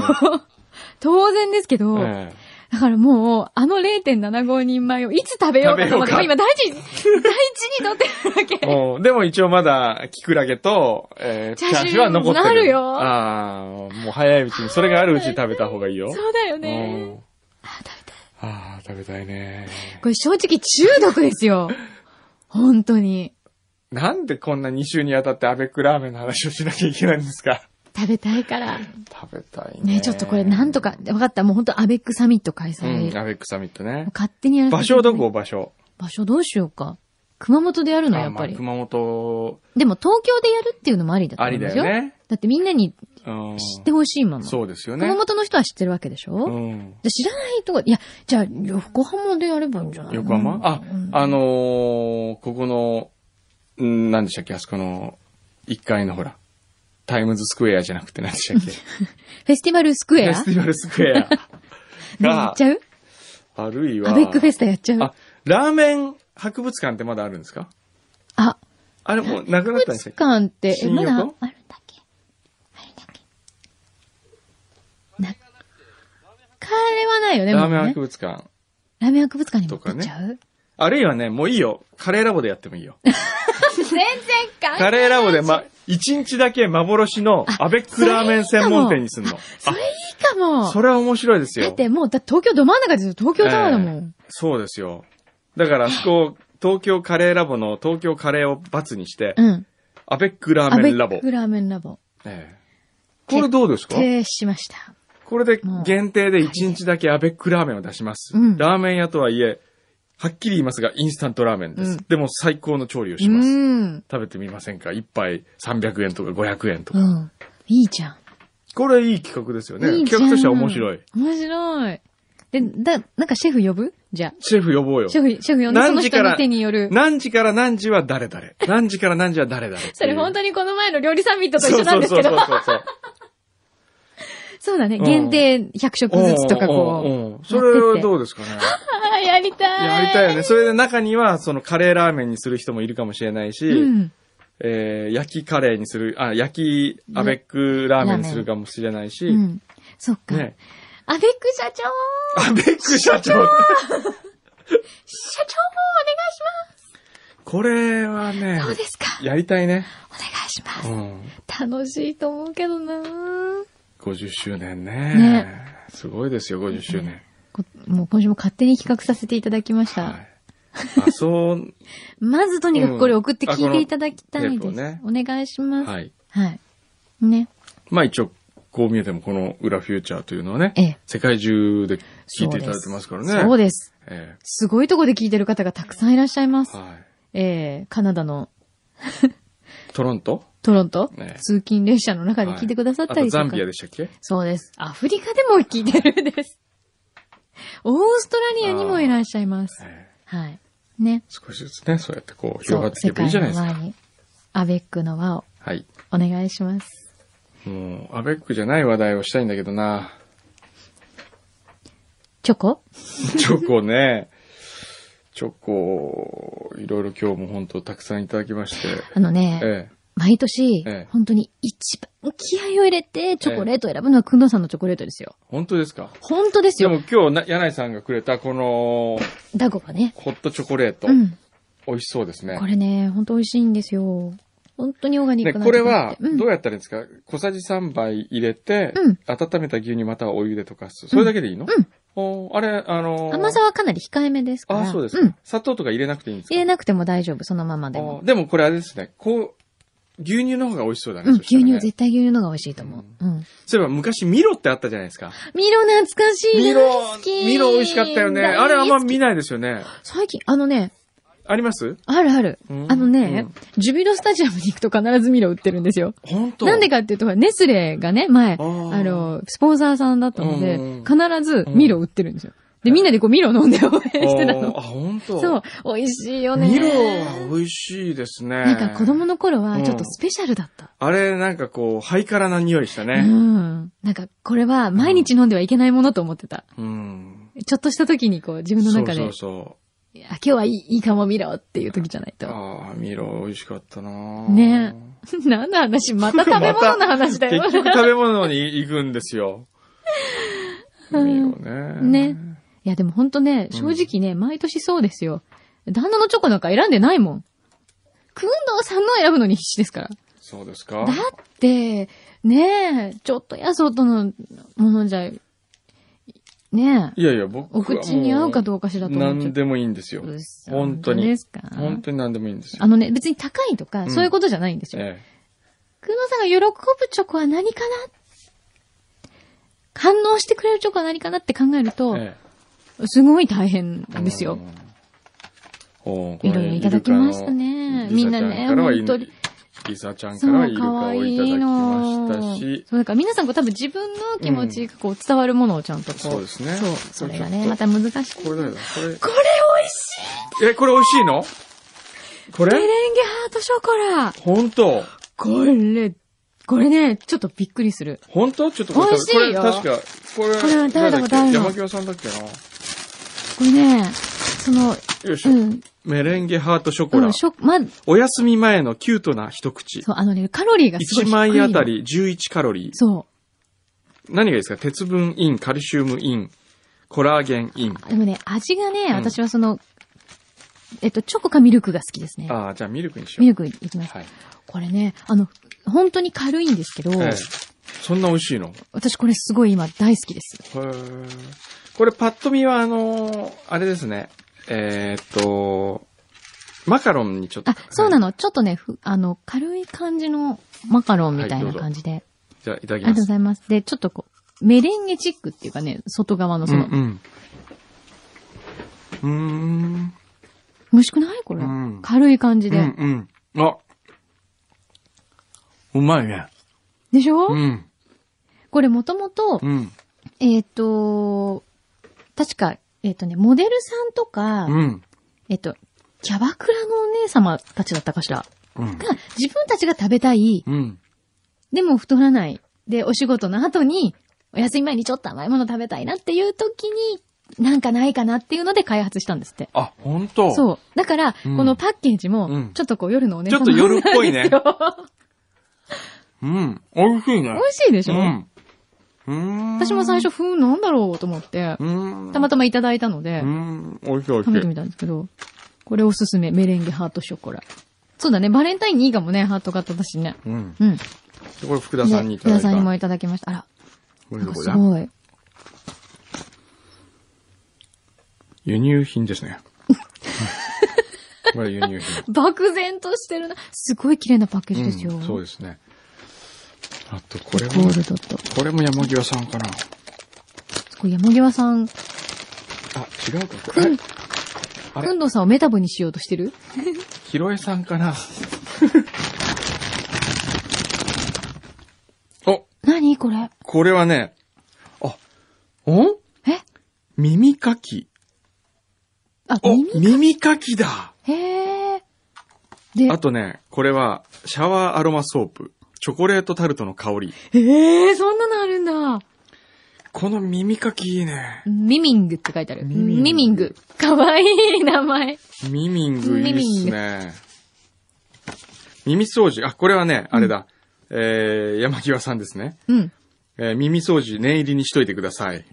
Speaker 3: 当然ですけど、
Speaker 4: え
Speaker 3: だからもう、あの0.75人前をいつ食べようかと思って、
Speaker 4: 食べよ
Speaker 3: 今大事に、大事に取ってるわけ。
Speaker 4: うん でも一応まだ、キクラゲと、えー、チ
Speaker 3: チ
Speaker 4: ャ
Speaker 3: ャ
Speaker 4: ー
Speaker 3: ー
Speaker 4: シュ
Speaker 3: シ
Speaker 4: ー
Speaker 3: ュー
Speaker 4: は残ってる。
Speaker 3: なるよ
Speaker 4: ああ、もう早いうちに、それがあるうちに食べた方がいいよ。
Speaker 3: そうだよ
Speaker 4: う
Speaker 3: ね。
Speaker 4: ん。ああ、食べたいね。
Speaker 3: これ正直中毒ですよ。本当に。
Speaker 4: なんでこんな2週にわたってアベックラーメンの話をしなきゃいけないんですか
Speaker 3: 食べたいから。
Speaker 4: 食べたいね。
Speaker 3: ねちょっとこれなんとか、わかった。もう本当アベックサミット開
Speaker 4: う
Speaker 3: 催。
Speaker 4: ん、アベックサミットね。
Speaker 3: 勝手にやる。
Speaker 4: 場所はどこ場所。
Speaker 3: 場所どうしようか。熊本でやるの、
Speaker 4: あ
Speaker 3: やっぱ
Speaker 4: まあ
Speaker 3: り。
Speaker 4: 熊本、
Speaker 3: でも東京でやるっていうのもありだと
Speaker 4: あ
Speaker 3: 思
Speaker 4: り
Speaker 3: うん
Speaker 4: だ
Speaker 3: です
Speaker 4: よ
Speaker 3: よ。
Speaker 4: ね。
Speaker 3: だってみんなに
Speaker 4: うん。
Speaker 3: 知ってほしいもの。
Speaker 4: そうですよね
Speaker 3: 熊。本の人は知ってるわけでしょ、
Speaker 4: うん。
Speaker 3: で知らないとこ、いや、じゃあ、横浜でやればいいんじゃない
Speaker 4: 横浜あ
Speaker 3: うん、
Speaker 4: あのー、ここの、ん何でしたっけあそこの、1階のほら、タイムズスクエアじゃなくて何でしたっけ
Speaker 3: フェスティバルスクエ
Speaker 4: フェ
Speaker 3: ア
Speaker 4: スティバルス クエア
Speaker 3: ねや
Speaker 4: が
Speaker 3: っち、ゃう
Speaker 4: あるいは、
Speaker 3: アベックフェスタやっちゃう
Speaker 4: あ、ラーメン博物館ってまだあるんですか
Speaker 3: あ、
Speaker 4: あれもうなくなったんで
Speaker 3: 博
Speaker 4: した
Speaker 3: 物
Speaker 4: っけ
Speaker 3: 館って、え、
Speaker 4: 新
Speaker 3: ま
Speaker 4: 横
Speaker 3: だあるんだっけあるんだっけな、あれはないよね、
Speaker 4: ラーメン
Speaker 3: もうね
Speaker 4: 博物館。
Speaker 3: ラーメン博物館にも行っちゃう、
Speaker 4: あるいはね、もういいよ。カレーラボでやってもいいよ。
Speaker 3: 全然関
Speaker 4: カ
Speaker 3: 係
Speaker 4: レーラボで、ま、一日だけ幻のアベックラーメン専門店にすんの。
Speaker 3: それいいかも。
Speaker 4: あ、それは面白いですよ。
Speaker 3: だってもう、だ東京ど真ん中ですよ。東京タワーだもん。
Speaker 4: ええそうですよ。だから、あそこ、東京カレーラボの東京カレーを×にして、
Speaker 3: うん。
Speaker 4: アベックラーメンラボ。
Speaker 3: アベックラーメンラボ。
Speaker 4: ええこれどうですか
Speaker 3: 停止しました。
Speaker 4: これで
Speaker 3: もう
Speaker 4: 限定で1日だけアベックラーメンを出します。
Speaker 3: うん
Speaker 4: ラーメン屋とはいえ、はっきり言いますが、インスタントラーメンです。
Speaker 3: うん
Speaker 4: でも最高の調理を
Speaker 3: う
Speaker 4: します。
Speaker 3: ん。
Speaker 4: 食べてみませんか一杯300円とか500円とか。
Speaker 3: うん。いいじゃん。
Speaker 4: これいい企画ですよね。
Speaker 3: いいじゃん
Speaker 4: 企画としては面白い。。
Speaker 3: 面白い。で、だ、なんかシェフ呼ぶじゃ
Speaker 4: シェフ呼ぼうよ
Speaker 3: あ。。シェフ、シェフ呼んで、そ
Speaker 4: 何
Speaker 3: の
Speaker 4: 時
Speaker 3: 人
Speaker 4: から
Speaker 3: の手による。
Speaker 4: 何時から何時は誰々。何時から何時は誰々。
Speaker 3: それ本
Speaker 4: に
Speaker 3: 当にこの前の料理サミットと一緒なんですけど。
Speaker 4: そうそうそうそうそう。
Speaker 3: そうだね。
Speaker 4: うん
Speaker 3: 限定100食 ずつとか
Speaker 4: うん
Speaker 3: こ
Speaker 4: うんうんそれはどうです かね。
Speaker 3: う。ああ、やりたい。
Speaker 4: やりたいよね。それで中には、そのカレーラーメンにする人もいるかもしれないし、
Speaker 3: うん。
Speaker 4: えー焼きカレーにする、あ、焼きアベックラーメンにするかもしれないし、
Speaker 3: うん。そっか。
Speaker 4: ね。
Speaker 3: アベック社長
Speaker 4: アベック社長
Speaker 3: 社長もお願いします
Speaker 4: これはね
Speaker 3: そ、うですか。
Speaker 4: やりたいね。
Speaker 3: お願いしま
Speaker 4: う
Speaker 3: す。
Speaker 4: ん。
Speaker 3: 楽しいと思うけどなぁ
Speaker 4: 50周年ね。
Speaker 3: ね
Speaker 4: すごいですよ、50周年。
Speaker 3: こもう今週も勝手に企画させていただきました。
Speaker 4: はい。あ、そう、
Speaker 3: まずとにかくこれ送って
Speaker 4: うんあ
Speaker 3: 聞いていただきたい
Speaker 4: こ
Speaker 3: で
Speaker 4: の
Speaker 3: す。
Speaker 4: テー
Speaker 3: お願いします。は。
Speaker 4: はいい。
Speaker 3: ね。
Speaker 4: まあ一応、こう見えてもこの裏フューチャーというのはね、
Speaker 3: ええ
Speaker 4: 世界中で聞
Speaker 3: そ
Speaker 4: いうて
Speaker 3: で
Speaker 4: い
Speaker 3: す
Speaker 4: ただいてますからね。
Speaker 3: そうです。
Speaker 4: え
Speaker 3: すごいとこで聞いてる方がたくさんいらっしゃいます
Speaker 4: え。はい。
Speaker 3: えー、カナダの
Speaker 4: トロント
Speaker 3: トロント、
Speaker 4: ね
Speaker 3: 通勤列車の中で聞いてくださった
Speaker 4: はい
Speaker 3: り
Speaker 4: あと
Speaker 3: とか。
Speaker 4: ザンビアでしたっけ
Speaker 3: そうです。アフリカでも聞いてるん です。オーストラリアにもいらっしゃいます。
Speaker 4: ええ
Speaker 3: はい。ね。
Speaker 4: 少しずつね、そうやってこう、
Speaker 3: そ
Speaker 4: 広が
Speaker 3: う
Speaker 4: っ、てい
Speaker 3: 世
Speaker 4: けばいい
Speaker 3: 界
Speaker 4: じゃない
Speaker 3: の
Speaker 4: ですか。
Speaker 3: 輪に、アベックの輪を
Speaker 4: はい。
Speaker 3: お願いします。
Speaker 4: もう、アベックじゃない話題をしたいんだけどな。
Speaker 3: チョコ
Speaker 4: チョコね。チョコ、いろいろ今日も本当たくさんいただきまして。
Speaker 3: あのね、
Speaker 4: え
Speaker 3: 毎年、
Speaker 4: ええ
Speaker 3: 本当に一番気合を入れてチョコレートを選ぶのは、くんどうさんのチョコレートですよ。
Speaker 4: え。本当ですか
Speaker 3: 本当です
Speaker 4: で
Speaker 3: よ。
Speaker 4: も今日な、柳井さんがくれたこの、
Speaker 3: ダゴがね。
Speaker 4: ホットチョコレート。
Speaker 3: うん。
Speaker 4: 美味しそうですね。
Speaker 3: これね、本当美味しいんですよ。本当にオーガニッ
Speaker 4: ね、
Speaker 3: クな
Speaker 4: これは、
Speaker 3: うん
Speaker 4: どうやったらいいんですか小さじ3杯入れて
Speaker 3: うん、
Speaker 4: 温めた牛乳またはお湯で溶かす。それだけでいいの
Speaker 3: うん
Speaker 4: おーあれ、あのー、
Speaker 3: 甘さはかなり控えめですから。
Speaker 4: あ、そうです
Speaker 3: う
Speaker 4: か
Speaker 3: ん。。
Speaker 4: 砂糖とか入れなくていいんですか
Speaker 3: 入れなくても大丈夫、そのままで
Speaker 4: あ
Speaker 3: も。
Speaker 4: ーでもこれあれですね。こう、牛乳の方が美味しそうだね。
Speaker 3: うん、
Speaker 4: そした
Speaker 3: 牛
Speaker 4: らね
Speaker 3: 乳、絶対牛乳の方が美味しいと思う。うん。
Speaker 4: そういえば昔ミロってあったじゃないですか。
Speaker 3: ミロ懐かしい。
Speaker 4: ミロ
Speaker 3: 大好き、
Speaker 4: ミロ美味しかったよね。
Speaker 3: 大好き
Speaker 4: あれあんま見ないですよね。
Speaker 3: 最近、あのね、
Speaker 4: あります
Speaker 3: あるある。
Speaker 4: うん
Speaker 3: あのね
Speaker 4: うん、
Speaker 3: ジュビロスタジアムに行くと必ずミロ売ってるんですよ。
Speaker 4: 本当
Speaker 3: なんでかっていうと、ほらネスレがね、前、あ
Speaker 4: ー
Speaker 3: の、スポンサーさんだったので
Speaker 4: うん、
Speaker 3: 必ずミロ売ってるんですよ。で、みんなでこうミロ飲んで応援してた
Speaker 4: あーあ、
Speaker 3: の。
Speaker 4: 本当
Speaker 3: そう、美味しいよね。
Speaker 4: ミロは美味しいですね。
Speaker 3: なんか子供
Speaker 4: の。
Speaker 3: の頃
Speaker 4: う
Speaker 3: は
Speaker 4: ん
Speaker 3: ちょっとスペシャルだった。
Speaker 4: あれ、なんかこう、ハイカラな匂いした
Speaker 3: う
Speaker 4: ね。
Speaker 3: ん。なんかこれは毎日飲んではいけないものと思ってた。
Speaker 4: うん。
Speaker 3: ちょっとした時にこう自分の中
Speaker 4: そ
Speaker 3: で
Speaker 4: う、そ
Speaker 3: いや今日はいいいいかもミロっていう時じゃないう
Speaker 4: そう。
Speaker 3: と。
Speaker 4: ああ、ミロ美味しかったな
Speaker 3: ね 何の話また食べ物の話だ
Speaker 4: 結
Speaker 3: よ。
Speaker 4: 局食べ物に行くんですよ。ミロね。
Speaker 3: ね。いや、でもほんとね、正直ね、毎年そうですよ。旦那のチョコなんか選んでないもん。くんどうさんの選ぶのに必死ですから。
Speaker 4: そうですか
Speaker 3: だって、ねえ、ちょっとやそっとのものじゃ、ねえ、
Speaker 4: いやいや、僕はも
Speaker 3: お口に合うかどうかしらと思っちゃ
Speaker 4: 何
Speaker 3: う。
Speaker 4: でもいいんですよ
Speaker 3: うっ。そ
Speaker 4: 本当に。
Speaker 3: ですか
Speaker 4: 本当に何でもいいんですよ。
Speaker 3: あのね、別に高いとか、
Speaker 4: ん
Speaker 3: そういうことじゃないんですよ。
Speaker 4: え
Speaker 3: 久野さんが喜ぶチョコは何かな反応してくれるチョコは何かなって考える
Speaker 4: え
Speaker 3: と、
Speaker 4: え
Speaker 3: すごい大変なんですよ。
Speaker 4: うん。おーこれ
Speaker 3: いろいろいただきましたね。みんなね、本当に。。
Speaker 4: リサちゃんか
Speaker 3: そ
Speaker 4: らはイ
Speaker 3: う、
Speaker 4: ル
Speaker 3: か
Speaker 4: カを
Speaker 3: わい
Speaker 4: いただ
Speaker 3: い
Speaker 4: き
Speaker 3: の
Speaker 4: ましたし。
Speaker 3: そう、だから皆さんこう多分自分の気持ちがこう伝わるものをちゃんとこう。
Speaker 4: そうですね
Speaker 3: そう、それが
Speaker 4: これ
Speaker 3: ね、
Speaker 4: ちょ
Speaker 3: ま
Speaker 4: った
Speaker 3: 難しい。
Speaker 4: これ誰だこ
Speaker 3: これ美味しい
Speaker 4: れ。え、これ美味しいのこ
Speaker 3: メレ
Speaker 4: れ
Speaker 3: ンゲハートショコラ
Speaker 4: 本当
Speaker 3: これ、これね、ちょっとびっくりする。
Speaker 4: 本当ちょっとこ
Speaker 3: 美
Speaker 4: れ
Speaker 3: 味しいよ
Speaker 4: これ確か、これ、
Speaker 3: これ
Speaker 4: 誰
Speaker 3: 誰だか
Speaker 4: だっけ
Speaker 3: 誰だ
Speaker 4: 山際さんだっけな。
Speaker 3: これね、その、
Speaker 4: よいし
Speaker 3: う
Speaker 4: ょ。
Speaker 3: ん、
Speaker 4: メレンゲハートショコ
Speaker 3: う
Speaker 4: ラ
Speaker 3: ん、。ショま、
Speaker 4: お休み前のキュートな一口。
Speaker 3: そう、あのね、カロリーがすごい
Speaker 4: 1
Speaker 3: 低い。
Speaker 4: 枚あた。り11カロリー。
Speaker 3: そ
Speaker 4: 何がいいですか鉄分イン、カルシウムイン、コラーゲンイン。
Speaker 3: う。でもね、味がね、
Speaker 4: うん
Speaker 3: 私はその、えっと、チョコかミルクが好きですね。
Speaker 4: ああ、じゃあミルクにしよう。
Speaker 3: ミルクいきます。
Speaker 4: はい。
Speaker 3: これね、あの、本当に軽いんですけど、
Speaker 4: ええそんな美味しいの
Speaker 3: 私これすごい今大好きです。
Speaker 4: へーこれパッと見はあのーあれですね。えーっと、マカロンにちょっと。
Speaker 3: あ、そうな
Speaker 4: の、
Speaker 3: の。ちょっとね、ふあの、軽い感じのマカロンみたいな感じで。
Speaker 4: じゃあいただ
Speaker 3: あ
Speaker 4: き
Speaker 3: りが
Speaker 4: ま
Speaker 3: とうご
Speaker 4: す。
Speaker 3: ざいます。で、ちょっとこう、メレンゲチックっていうかね、外側のその、
Speaker 4: うんうん。
Speaker 3: 美味しくないこれ、
Speaker 4: うん
Speaker 3: 軽い感じ
Speaker 4: うーん。う
Speaker 3: で。
Speaker 4: んうん。あうまいね。
Speaker 3: でしょ、
Speaker 4: うん。
Speaker 3: これもともと、
Speaker 4: うん。
Speaker 3: えっ、と、確か、えっ、とね、モデルさんとか、
Speaker 4: うん。
Speaker 3: えっ、と、キャバクラのお姉様たちだったかしら。
Speaker 4: うん。
Speaker 3: が、自分たちが食べたい、
Speaker 4: うん。
Speaker 3: でも太らない。で、お仕事の後に、お休み前にちょっと甘いもの食べたいなっていう時に、なんかないかなっていうので開発したんですって。
Speaker 4: あ、ほんと
Speaker 3: そう。だから、
Speaker 4: うん
Speaker 3: このパッケージ
Speaker 4: う
Speaker 3: も
Speaker 4: ん、
Speaker 3: ちょっとこう夜のお姉様
Speaker 4: ちょっと夜っぽいね
Speaker 3: なん ですよ
Speaker 4: う。うん。美味しいね。
Speaker 3: 美味しいでしょ、
Speaker 4: うん。うーん。
Speaker 3: 私も最初、ふーん、なんだろうと思って、
Speaker 4: うーん。
Speaker 3: たまたまいただいたの
Speaker 4: う
Speaker 3: で
Speaker 4: ー、ん。美味しい美
Speaker 3: 食べて
Speaker 4: 味し
Speaker 3: みたんですけど、これおすすめ、メレンゲハートショコラ。そうだね、バレンタインにいいかもね、ハート型だしね。
Speaker 4: い。うん。
Speaker 3: うん。
Speaker 4: でこれ福田さんにいただい
Speaker 3: で
Speaker 4: た。
Speaker 3: 福田さんにもいただきました。あら、
Speaker 4: これ
Speaker 3: なん
Speaker 4: ど
Speaker 3: か
Speaker 4: こ
Speaker 3: す
Speaker 4: だ
Speaker 3: ごい。
Speaker 4: 輸入品ですね。これ輸入品。
Speaker 3: 漠然としてるな。すごい綺麗なパッケージですよ。
Speaker 4: うんそうですね。あと、これ
Speaker 3: ゴ
Speaker 4: も
Speaker 3: ー、ルドと。
Speaker 4: これも山際さんかな。
Speaker 3: これ山際さん、
Speaker 4: あ、違うか。こ
Speaker 3: く
Speaker 4: れ
Speaker 3: ん、
Speaker 4: あれ
Speaker 3: くんどうさんをメタボにしようとしてる
Speaker 4: ひろえさんか な。お、
Speaker 3: 何これ。
Speaker 4: これはね、あ、お
Speaker 3: え
Speaker 4: 耳かき。
Speaker 3: あ、
Speaker 4: お
Speaker 3: 耳、
Speaker 4: 耳かきだ
Speaker 3: へえ。で、
Speaker 4: あとね、これは、シャワーアロマソープ。チョコレートタルトの香り。
Speaker 3: ええ、そんなのあるんだ。
Speaker 4: この耳かきいいね。
Speaker 3: ミミングって書いてある。
Speaker 4: ミミング
Speaker 3: ミミング。かわいい名前。
Speaker 4: ミミングいいっすね。耳掃除。あ、これはね、あれだ。えー、山際さんですね。
Speaker 3: うん。
Speaker 4: えー耳掃除念入りにしといてください。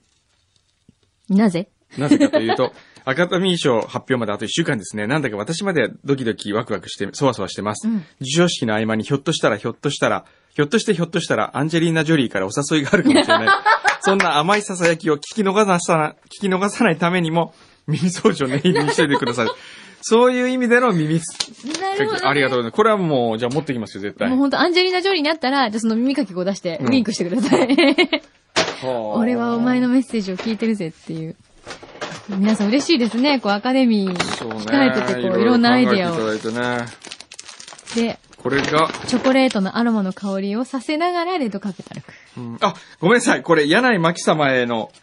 Speaker 3: なぜ
Speaker 4: なぜかというと、 アカデミー賞発表まであと1週間ですね。なんだか私までドキドキワクワクして、そわそわしてます。
Speaker 3: うん
Speaker 4: 授賞式の合間にひょっとしたらひょっとしたら、ひょっとしてひょっとしたらアンジェリーナ・ジョリーからお誘いがあるかもしれ ない。そんな甘い囁きを聞き逃さな、聞き逃さないためにも、耳掃除を念入りにしといてくだ さい。そういう意味での耳す、
Speaker 3: なるほど、
Speaker 4: ありがとうございます。これはもう、じゃあ持ってきますよ、絶対。
Speaker 3: もうほんと、アンジェリーナ・ジョリーになったら、じゃあその耳かきを出して、
Speaker 4: うん
Speaker 3: ウィンクしてくだ さい。俺
Speaker 4: 俺
Speaker 3: はお前の。メッセージを聞いてるぜっていう。皆さん嬉しいですね。こう、アカデミー
Speaker 4: そうね。
Speaker 3: 控えてて、こう、いろんなアイディアを。
Speaker 4: いろいろ考えていただいてね。
Speaker 3: で、
Speaker 4: これが、
Speaker 3: チョコレートのアロマの香りをさせながら、レッドカーペット歩く。
Speaker 4: うんあ、ごめんなさい。これ、柳井真紀様への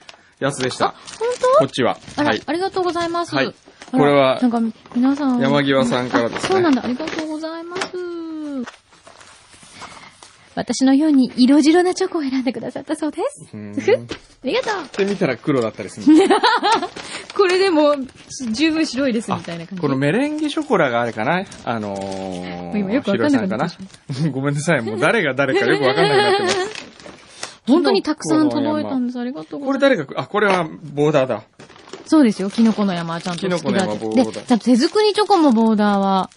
Speaker 4: やつでした。
Speaker 3: 本
Speaker 4: こっちは。
Speaker 3: 当あら、
Speaker 4: はい。
Speaker 3: ありがとうございます。
Speaker 4: はい
Speaker 3: あら
Speaker 4: これは
Speaker 3: なんか、皆さん。
Speaker 4: 山際さんからですね
Speaker 3: あそうなんだ。ありがとうございます。私のように色白なチョコを選んでくださったそうです。
Speaker 4: うん
Speaker 3: ふふありがとう。
Speaker 4: で見たら黒だったりする。
Speaker 3: これでもう、十分白いですみたいな感じ。
Speaker 4: このメレンゲショコラがあれかなあのー、
Speaker 3: 今よくわかんなくなっ
Speaker 4: ヒロさんかなごめんなさい。もう誰が誰かよくわかんなくなって ます。
Speaker 3: 本当にたくさん届いたんです。ありがとう
Speaker 4: こ
Speaker 3: ご
Speaker 4: れ
Speaker 3: ざいます。
Speaker 4: 誰が、あ、これはボーダーだ。
Speaker 3: そうですよ。キノコの山はちゃんと
Speaker 4: キノコの山
Speaker 3: 好
Speaker 4: ボ
Speaker 3: き
Speaker 4: ーダ
Speaker 3: だ
Speaker 4: ー
Speaker 3: ってで、ちゃんと手作りチョコもボーダーは。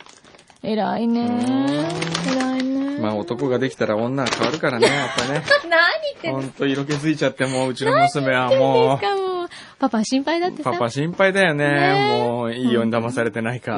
Speaker 3: 偉いね
Speaker 4: う
Speaker 3: 偉いね
Speaker 4: まあ男ができたら女は変わるからね、や っぱね。
Speaker 3: 何言ってん
Speaker 4: ほ
Speaker 3: の
Speaker 4: んと色気づいちゃって、もううちの娘はもう。
Speaker 3: かもう。パパ心配だってさ。
Speaker 4: パパ心配だよね。
Speaker 3: ねえ
Speaker 4: もう、いいように騙されてないか。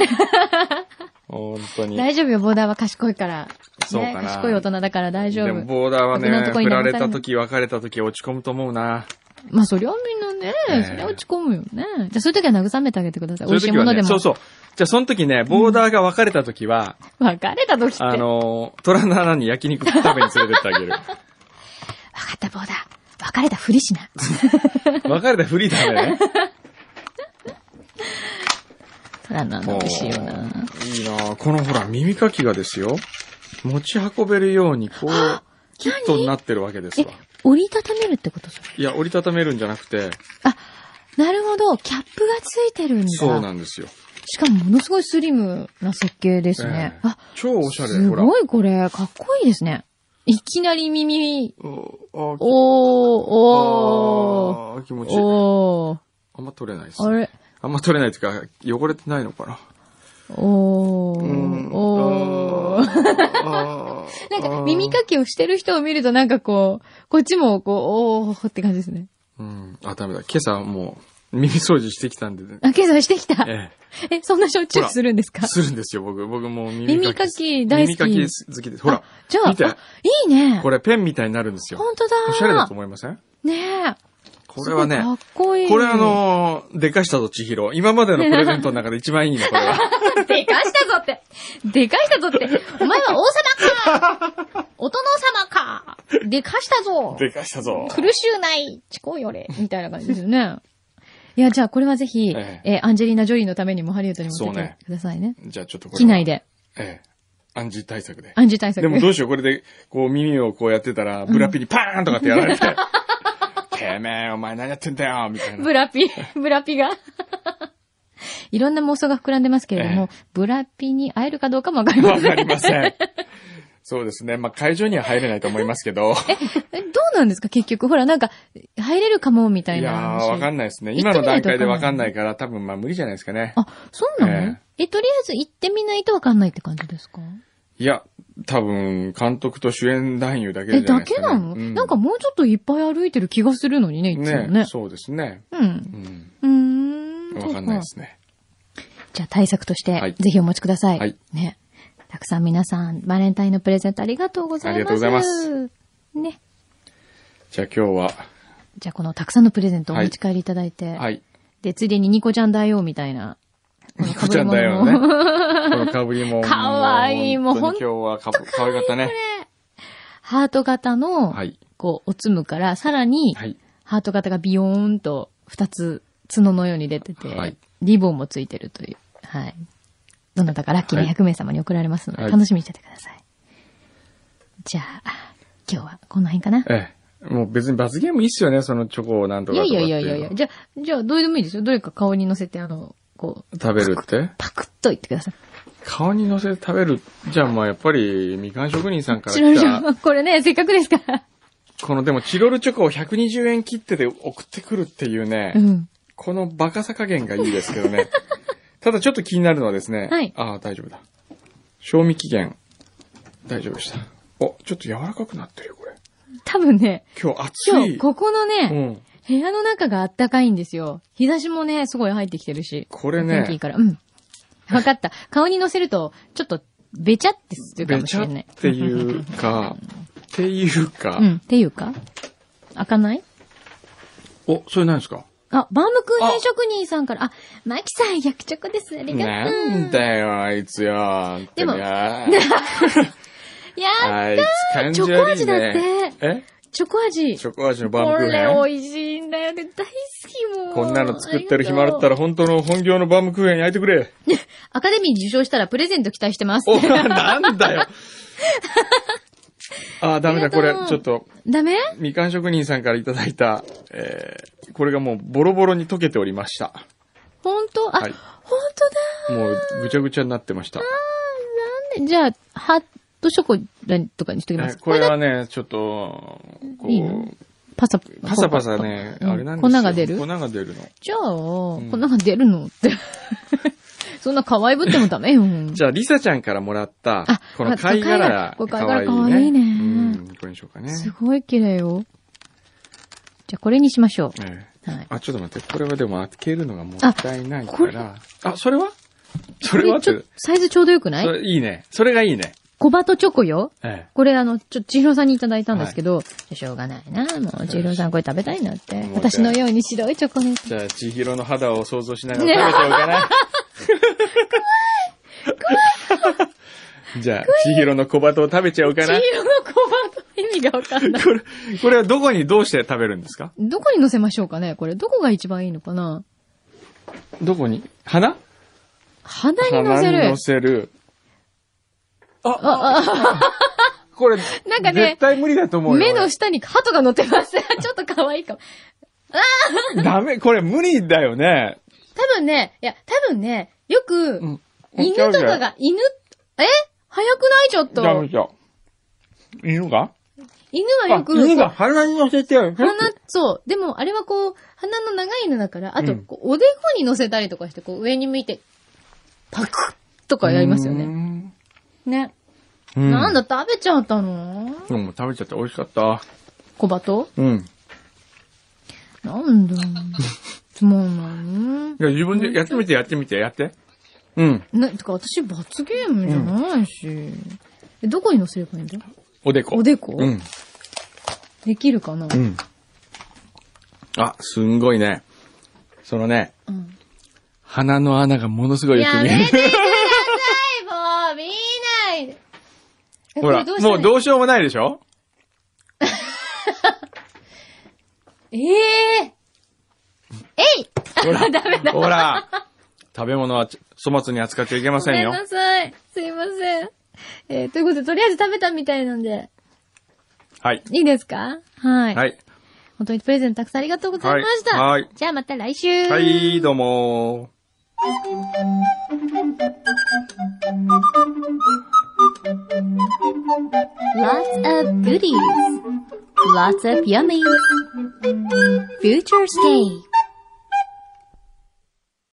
Speaker 4: 本当に。
Speaker 3: 大丈夫よ、ボーダーは賢いから。
Speaker 4: そうかな
Speaker 3: ね賢い大人だから大丈
Speaker 4: でも、
Speaker 3: 夫。
Speaker 4: ボーダーはね
Speaker 3: 危ない、とこに
Speaker 4: 振
Speaker 3: 流さ
Speaker 4: ら
Speaker 3: れない
Speaker 4: れた時、別れた時、落ち込むと思うな。
Speaker 3: まあ、そりゃみんなね、
Speaker 4: ね
Speaker 3: そりゃ落ち込むよね。じゃあ、そういう時は慰めてあげてください。
Speaker 4: そう
Speaker 3: 美
Speaker 4: いう
Speaker 3: 味しい
Speaker 4: 時
Speaker 3: も
Speaker 4: は
Speaker 3: ので
Speaker 4: ね、
Speaker 3: も。
Speaker 4: そうそう。じゃあ、その時ね、ボーダーが別れた時は、
Speaker 3: 別れた時って。
Speaker 4: あの、虎の穴に焼肉食べに連れてってあげ る。
Speaker 3: わかった、ボーダー。別れたふりしな。
Speaker 4: 別れたフリーだ ね。
Speaker 3: そうだな、美味しいよな。
Speaker 4: いいなあこのほら、耳かきがですよ。持ち運べるように、こう、キットになってるわけです
Speaker 3: え
Speaker 4: わ。、
Speaker 3: 折りたためるってことそれ。
Speaker 4: いや、折りたためるんじゃなくて、
Speaker 3: なるほど、キャップがついてるんだ。
Speaker 4: そうなんですよ。
Speaker 3: しかもものすごいスリムな設計ですね。
Speaker 4: ええ
Speaker 3: あ、
Speaker 4: 超おしゃれ、
Speaker 3: す
Speaker 4: ほら。
Speaker 3: ごいこれ、かっこいいですね。いきなり耳、
Speaker 4: お
Speaker 3: おー、おー、
Speaker 4: あー気持ちいい。
Speaker 3: おー、
Speaker 4: あんま取れないです。
Speaker 3: あれ、
Speaker 4: あんま取れないっていうか、汚れてないのかな。
Speaker 3: お
Speaker 4: う
Speaker 3: ー、
Speaker 4: ん
Speaker 3: お
Speaker 4: あ
Speaker 3: ー。
Speaker 4: ー
Speaker 3: なんか耳かきをしてる人を見るとなんかこう、こっちもこう、おーって感じですね。
Speaker 4: うん。あ、ダメだ。今朝もう、耳掃除してきたんで、
Speaker 3: あ、計算してきた。
Speaker 4: え
Speaker 3: え、そんなしょっちゅうするんです
Speaker 4: え、
Speaker 3: か
Speaker 4: するんですよ、僕。僕もう耳
Speaker 3: 耳かき大好
Speaker 4: 耳
Speaker 3: き
Speaker 4: かき好きです。ほら
Speaker 3: あ、じゃあ
Speaker 4: 見て
Speaker 3: あ、いいね。
Speaker 4: これペンみたいになるんですよ。
Speaker 3: 本当だ。
Speaker 4: おしゃれだと思いません
Speaker 3: ねえ。
Speaker 4: これはね
Speaker 3: す、ごいかっこいい。
Speaker 4: これあ、のー、でかしたと千尋。今までのプレゼントの中で一番いいの、こ れは。
Speaker 3: でかしたぞって。でかしたぞって。お前は王様 かお殿様かでかしたぞ
Speaker 4: でかしたぞ。
Speaker 3: 苦しゅうないちこうよれみたいな感じですよね。 いや、じゃあこれはぜひ、
Speaker 4: え
Speaker 3: えーアンジェリーナ・ジョリーのためにもハリウッドに持っ
Speaker 4: そ
Speaker 3: て
Speaker 4: う
Speaker 3: って
Speaker 4: ね
Speaker 3: くださいね。
Speaker 4: じゃあちょっとこれ。
Speaker 3: 機内。で、
Speaker 4: ええ。暗示対策で。
Speaker 3: 暗示対策
Speaker 4: でもどうしよう、これで、こう耳をこうやってたら、ブラピにパーンとかってやられて、てめえ、お前何やってんだよ、みたいな。
Speaker 3: ブラピ、ブラピが。 いろんな妄想が膨らんでますけれども、ブラピに会えるかどうかもわかりま
Speaker 4: わ
Speaker 3: せん。
Speaker 4: かりません。そうですね。まあ、会場には入れないと思いますけど。
Speaker 3: え、どうなんですか結局。ほら、なんか、入れるかも、みた
Speaker 4: い
Speaker 3: いな
Speaker 4: や
Speaker 3: 話。
Speaker 4: ー、わかんないですね。
Speaker 3: 行って
Speaker 4: 今
Speaker 3: みない
Speaker 4: の
Speaker 3: と
Speaker 4: 段階でわ
Speaker 3: わ
Speaker 4: か
Speaker 3: か
Speaker 4: ん
Speaker 3: ん
Speaker 4: な
Speaker 3: ないい
Speaker 4: から、多分まあ無理じゃないですかね。
Speaker 3: あ、そうなの、
Speaker 4: え
Speaker 3: えとりあえず行ってみないとわかんないって感じですか
Speaker 4: いや、多分、監督と主演男優だけじゃ
Speaker 3: え、
Speaker 4: ない
Speaker 3: だ
Speaker 4: ですか、
Speaker 3: け
Speaker 4: ね。
Speaker 3: なの、
Speaker 4: う
Speaker 3: なんか、もうちょっといっぱい歩いてる気がするのにね、いつもね。
Speaker 4: ねそうですね。
Speaker 3: うん。
Speaker 4: うん。
Speaker 3: うーん。
Speaker 4: わかんないで
Speaker 3: そう
Speaker 4: すね。
Speaker 3: じゃあ対策として、
Speaker 4: はい
Speaker 3: ぜひお持ちください。
Speaker 4: はい
Speaker 3: ね。たくさん皆さん、バレンタインのプレゼントありがとうございます。
Speaker 4: ありがとうございます。
Speaker 3: ね。
Speaker 4: じゃあ今日は、
Speaker 3: じゃあこのたくさんのプレゼントをお持ち帰りいただいて、
Speaker 4: はい。
Speaker 3: で、ついでにニコちゃん大王みたいな。
Speaker 4: ニコちゃんだ よね。このかぶりも。
Speaker 3: かわいいもう
Speaker 4: 本当に今日はかぶ、かわいかったね。
Speaker 3: ハート型の、
Speaker 4: はい。
Speaker 3: こう、おつむから、さらに、
Speaker 4: はい。
Speaker 3: ハート型がビヨーンと2つ角のように出てて、
Speaker 4: はい
Speaker 3: リボンもついてるという。はい。どなたかラッキー
Speaker 4: は
Speaker 3: な100名様に送られますので、
Speaker 4: はい
Speaker 3: 楽しみにしててください。じゃあ、今日はこの辺かな。
Speaker 4: ええ。もう別に罰ゲームいいっすよね、そのチョコをなんと
Speaker 3: い
Speaker 4: か
Speaker 3: や
Speaker 4: とかっ
Speaker 3: い
Speaker 4: て
Speaker 3: や
Speaker 4: いうの。
Speaker 3: いやいやいや、じゃあ、じゃあ、どうでもいいですよ。どれか顔に乗せて、あの、こう、
Speaker 4: 食べるって
Speaker 3: パクッと言ってください。
Speaker 4: 顔に乗せて食べる。じゃあまあやっぱり、みかん職人さんから
Speaker 3: チロル
Speaker 4: 来
Speaker 3: ちゃん
Speaker 4: た、
Speaker 3: これね、せっかくですから。
Speaker 4: このでもチロルチョコを120円切ってで送ってくるっていうね、
Speaker 3: うん。
Speaker 4: このバカさ加減がいいですけどね。 ただちょっと気になるのはですね、
Speaker 3: はい
Speaker 4: ああ、大丈夫だ。賞味期限、大丈夫でした。お、ちょっと柔らかくなってるよ、これ。
Speaker 3: 多分ね、
Speaker 4: 今日暑い。
Speaker 3: 今日、ここのね、
Speaker 4: うん。
Speaker 3: 部屋の中があったかいんですよ。日差しもね、すごい入ってきてるし。
Speaker 4: これね
Speaker 3: 天気いいから。うん。わかった。顔に乗せると、ちょっと、べちゃってするか
Speaker 4: べ
Speaker 3: もし
Speaker 4: ち
Speaker 3: れ
Speaker 4: ゃっ
Speaker 3: ない。
Speaker 4: ていうか、っていうか、
Speaker 3: うん。っていうか開かない
Speaker 4: お、それ何ですか
Speaker 3: あ、バームクーヘン職人さんから、あ、マキさん、薬直です。ありがとう。
Speaker 4: なんだよ、あいつよ。
Speaker 3: でも
Speaker 4: てめえ
Speaker 3: いや
Speaker 4: あいつ感じ悪い
Speaker 3: チョコ味だ
Speaker 4: ね
Speaker 3: っ。
Speaker 4: え
Speaker 3: チョコ味。
Speaker 4: チョコ味のバ
Speaker 3: こ
Speaker 4: ームクー
Speaker 3: れ
Speaker 4: ヘン
Speaker 3: 美味しいんだよね。大好きもう。
Speaker 4: こんなの作ってる暇あった
Speaker 3: ら。
Speaker 4: ら本当の本業のバームクーヘン焼いてくれ。
Speaker 3: アカデミー受賞したらプレゼント期待してます。
Speaker 4: お、なんだよ。あー、ダメだ、これ、ちょっと、
Speaker 3: ダメ
Speaker 4: みかん職人さんからいただいた、えー、これがもうボロボロに溶けておりました。
Speaker 3: ほんとあ、
Speaker 4: はい
Speaker 3: ほんとだ
Speaker 4: もう、ぐちゃぐちゃになってました。
Speaker 3: なんで、じゃあ、ハートショコラとかにしときます。
Speaker 4: えこれ
Speaker 3: だ
Speaker 4: はね、ちょっと、こ
Speaker 3: いいの
Speaker 4: う、
Speaker 3: パサ
Speaker 4: パサパサね、
Speaker 3: うん
Speaker 4: あれなんですよ
Speaker 3: 粉が出る
Speaker 4: 粉が出るの。
Speaker 3: じゃあ、
Speaker 4: ん
Speaker 3: こんなの出るのって。 そんな可愛ぶってもダメよ。
Speaker 4: じゃあ、リサちゃんからもらった
Speaker 3: あ、
Speaker 4: この貝殻、
Speaker 3: これ
Speaker 4: か
Speaker 3: 貝
Speaker 4: わい
Speaker 3: 殻
Speaker 4: いね。
Speaker 3: これ貝殻かわいいね
Speaker 4: うん、これにしようかね。
Speaker 3: すごい綺麗よ。じゃあこれにしましょ
Speaker 4: ええ
Speaker 3: う。はい。
Speaker 4: あ、ちょっと待って、これはでも開けるのがもったいない
Speaker 3: あ
Speaker 4: か
Speaker 3: これ
Speaker 4: ら。あ、それはそれはっ
Speaker 3: ち
Speaker 4: て
Speaker 3: ょっと、サイズちょうどよくな
Speaker 4: そ
Speaker 3: い
Speaker 4: れいいね。それがいいね。
Speaker 3: コバとチョコよ。
Speaker 4: え
Speaker 3: これあの、ちょ、千尋さんにいただいたんですけど、しょうがないな。もう千尋さんこれ食べたいなって。
Speaker 4: もう
Speaker 3: 私のように白いチョコレー
Speaker 4: え
Speaker 3: ト。
Speaker 4: じゃあ、千尋の肌を想像しながら食べちゃおうかな。 じゃあ、千尋の小鳩を食べちゃおうか
Speaker 3: 千
Speaker 4: な。
Speaker 3: 尋のコバと意味がわかんない。
Speaker 4: これ、これはどこにどうして食べるんですか
Speaker 3: どこに乗せましょうかねこれ、どこが一番いいのかな
Speaker 4: どこに鼻
Speaker 3: 鼻に乗
Speaker 4: 鼻
Speaker 3: せ
Speaker 4: に
Speaker 3: る
Speaker 4: 乗。せる。あ、あ、これ、
Speaker 3: なんかね
Speaker 4: 絶対無理だと思うよ。
Speaker 3: 目の下に鳩が乗ってます。 ちょっと可愛いかも。
Speaker 4: ダメ、これ無理だよね。
Speaker 3: 多分ね、いや、多分ね、よく、
Speaker 4: ん
Speaker 3: 犬とかが、犬、え早くないちょっと。
Speaker 4: ダメじゃん。犬が
Speaker 3: 犬は
Speaker 4: あ
Speaker 3: よ、く、
Speaker 4: 犬が
Speaker 3: こ
Speaker 4: 鼻に乗せて
Speaker 3: う鼻、そう。でも、あれはこう、鼻の長い犬だから、あと、
Speaker 4: うん
Speaker 3: こうおでこに乗せたりとかして、こう、上に向いて、パクッとかやりますよね。
Speaker 4: ね。
Speaker 3: ね。
Speaker 4: うん
Speaker 3: なんだ、食べちゃったの
Speaker 4: でも食べちゃって美味しかった。
Speaker 3: 小鳩
Speaker 4: うん。
Speaker 3: なんだ。 つまんない
Speaker 4: や、自分でやってみて、やってみて、やって。うん。
Speaker 3: いね。ね、てか、私、罰ゲームじゃないし。えどこに乗せればいいんだ
Speaker 4: おでこ。
Speaker 3: おでこ
Speaker 4: うん。
Speaker 3: できるかな
Speaker 4: うん。あ、すんごいね。そのね、
Speaker 3: うん
Speaker 4: 鼻の穴がものすごいよ
Speaker 3: や
Speaker 4: く見
Speaker 3: め
Speaker 4: え
Speaker 3: てくだ
Speaker 4: る。
Speaker 3: さい、もう見ないで。え
Speaker 4: ほら、
Speaker 3: これ
Speaker 4: もう
Speaker 3: う
Speaker 4: どうしようもないでしょ
Speaker 3: えええい
Speaker 4: ほ ら、ほら、食べ物はち粗末に扱っちゃいけま
Speaker 3: ご
Speaker 4: せん
Speaker 3: めん
Speaker 4: よ。
Speaker 3: なさい。すいません。えー、ということで、とりあえず食べたみたいなんで、
Speaker 4: はい。
Speaker 3: いいですかはい。
Speaker 4: はい。
Speaker 3: 本当にプレゼントたくさんありがとうございました。
Speaker 4: はいはい
Speaker 3: じゃあまた来週。
Speaker 4: はい、どうも
Speaker 5: Lots of goodies. Lots of yummies. Future Scape.